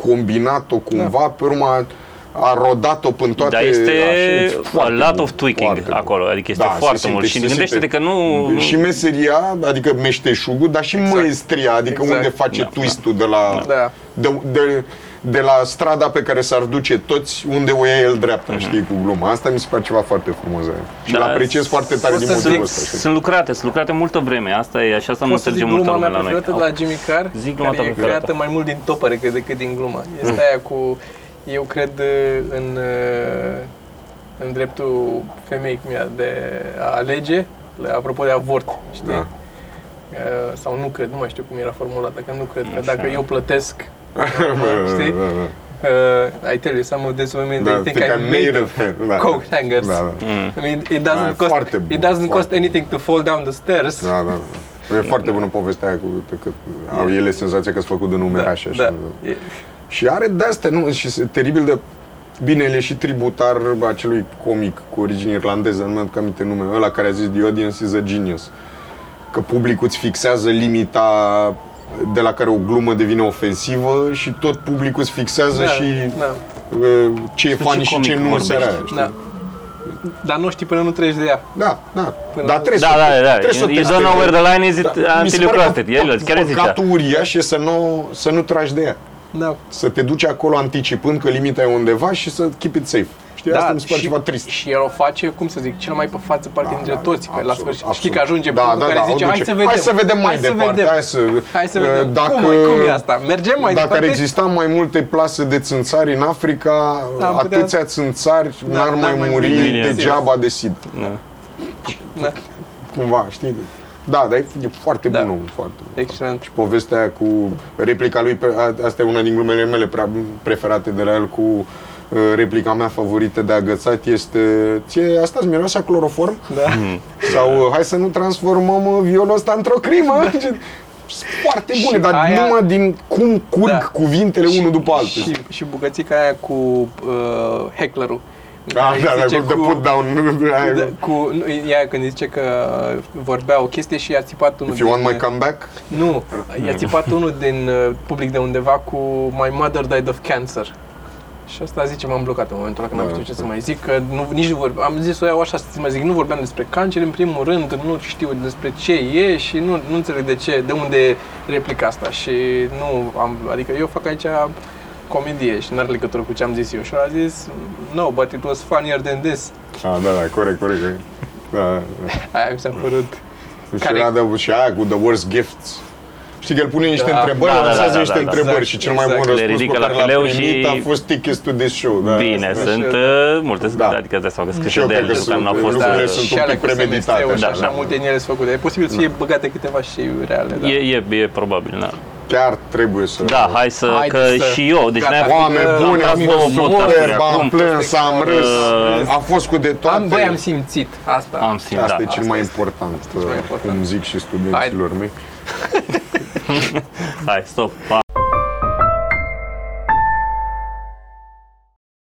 B: combinat-o cumva, da. pe urmă a, a rodat-o până toate...
C: Dar este
B: așa, e
C: a
B: da, foarte
C: lot
B: bun,
C: of tweaking
B: foarte bun.
C: acolo, adică este
B: Da, se
C: foarte
B: simte,
C: mult și
B: se
C: gândește-te
B: simte.
C: că nu...
B: Și meseria, adică meșteșugul, dar și exact. maestria, adică
A: Exact.
B: exact. unde face
C: Da,
B: da, twistul de la...
A: Da.
B: De, de, de la strada pe care s-ar duce toți, unde o ia el dreapta, mm-hmm. știi, cu gluma. Asta mi se pare ceva foarte frumos. aia. Și
C: Mhm. Da,
B: da, apreciez foarte tare din
A: să
B: motivul
A: zic,
B: ăsta. știi?
C: Sunt lucrate, sunt lucrate multă vreme, asta e, așa asta nu
A: Pot să
C: înțelege
A: zic
C: multă
A: gluma
C: lume
A: mea
C: la noi.
A: preferată de la Jimmy Carr,
C: Zic gluma
A: care
C: ta
A: e
C: preferată.
A: creată mai mult din topăre cred, decât din gluma. Este aia cu, eu cred, în, uh, în dreptul femei cum e, de a alege, apropo de avort, știi?
B: Da.
A: Uh, sau nu cred, nu mai știu cum era formulată, că nu cred că
C: Așa.
A: dacă eu
B: [LAUGHS]
A: plătesc, știi?
B: Da, da, da.
A: Uh, I tell you, some of these women,
B: Da,
A: they think I made
B: of him.
A: [LAUGHS]
B: Da.
A: coat hangers.
B: Da, da.
C: Mm.
A: I mean, it
B: Da, e
A: doesn't cost,
B: foarte bun,
A: it doesn't cost
B: foarte
A: anything to fall down the stairs.
B: da, da. da. E foarte bună povestea aia cu că au ele senzația că sunt făcut de numeraș așa.
A: Da, E-
B: Și are de astea, nu? Și e teribil de Bine, el e și tributar acelui comic cu origine irlandeză, nu mi-am aminte nume, ăla care a zis The audience is a genius. Că publicul îți fixează limita de la care o glumă devine ofensivă și tot publicul îți fixează
A: da,
B: și
A: da.
B: uh, ce e
C: ce
B: fan și
C: comic
B: ce nu în
C: vorbești?
B: seara aia, știi?
A: Da. Dar nu știi până nu treci de ea.
B: Da, da.
A: Până-
B: Dar trebuie
C: Da,
B: să
C: da, da.
B: trebuie să
C: You
B: testezi.
C: don't know where the line is, it
B: Da, Mi se
C: until you
B: pare
C: cross
B: că
C: it. El chiar zice asta.
B: Păcatul uriaș e să nu, să nu tragi de ea.
A: Da.
B: Să te duci acolo anticipând că limita e undeva și să keep it safe. Știi, asta mi se pare ceva trist.
A: Da, Și el o face, cum să zic, cel mai pe față parcă
B: Da,
A: dintre
B: da,
A: toți, că la
B: absolut,
A: sfârșit
B: absolut.
A: știi că ajunge punctul care
B: Da, o
A: zice, hai
B: duce.
A: să vedem.
B: Hai să vedem mai departe. Hai să, Uh,
A: Hai să vedem.
B: Dacă,
A: Cum e- cum e asta? Mergem mai
B: dacă
A: departe?
B: ar exista mai multe plase de țânțari în Africa,
A: Da, am putea-
B: atâția țânțari
A: Da,
B: n-ar mai, muri
C: muri.
B: degeaba de sid.
C: Da.
A: Da.
B: Cumva, știi? Da, dar e, e foarte
A: Da.
B: bun omul, foarte bun.
A: Excelent.
B: povestea aia cu replica lui, pe- a- asta e una din glumele mele prea- preferate de la el cu uh, replica mea favorită de agățat este Ție asta îți miroase a cloroform?
A: Da.
B: Sau uh, hai să nu transformăm uh, violul ăsta într-o crimă? Gen, Sunt foarte
A: Da. Și
B: bune, dar
A: aia-
B: numai din cum curg
A: Da.
B: cuvintele unul după altul.
A: Și, și bucățica aia cu uh, hecklerul.
B: da, da, da,
A: Zice
B: cu the put down.
A: Da, cu, nu, ea când zice că vorbea o chestie și i-a țipat unul
B: If you want
A: din-
B: my comeback?
A: Nu, i-a țipat unul din uh, public de undeva cu My mother died of cancer. Și asta zice, m-am blocat în momentul ăla, că n-am
B: Da.
A: știut ce să mai zic, că nu, nici nu vorbeam, am zis o iau așa să mai zic, nu vorbeam despre cancer, în primul rând, nu știu despre ce e și nu, nu înțeleg de ce, de unde e replica asta și nu am, adică eu fac aici comedie și n-are legătură cu ce am zis eu și el a zis, no, but it was funnier than this.
B: Ah, da, da, corect, corect. corect. Da, da.
A: Aia mi s-a părut.
B: Păi Și,
A: Care-
B: era de, și aia cu The Worst Gifts. Știi că el pune niște
A: Da.
B: întrebări,
C: Da, da,
B: lansează
C: da, da,
B: niște
C: da, da.
B: întrebări
A: Exact,
B: și cel mai
A: exact.
B: bun
C: Le
B: răspuns
C: ridică
B: pe
C: la
B: care l-a
C: fileu
B: primit
C: și-
B: a fost Tickets to this show. Da,
C: Bine,
B: asta.
C: sunt uh, multe,
B: Da.
C: adică îți dai seama că sunt
B: Și
C: câte
B: eu
C: de
B: cred
C: ele,
B: că
C: că
B: sunt,
C: nu a fost...
B: lucrurile
C: uh,
B: sunt un
A: și alea
B: pic
A: cu
B: premeditate, Da.
A: semnestreu Și
C: da,
A: așa
C: da.
A: multe în ele sunt făcute. E posibil să fie băgate câteva și reale, da.
C: E, e, e probabil, da.
B: Chiar trebuie să...
C: Da, hai să,
A: Hai
C: că
A: să-
C: și eu, deci
A: Gata.
C: ne-a
B: Oameni
A: Am
B: buni,
C: tras
B: am
C: două
B: fost
C: motoare
B: sumore,
C: acum.
B: am plâns, am râs,
C: Uh,
B: a fost cu de toate.
A: Am, băi, am simțit asta.
C: Am simțit,
B: Asta
C: da.
B: e cel mai important,
A: mai important.
B: cum zic și studenților mei.
C: Hai, stop, pa.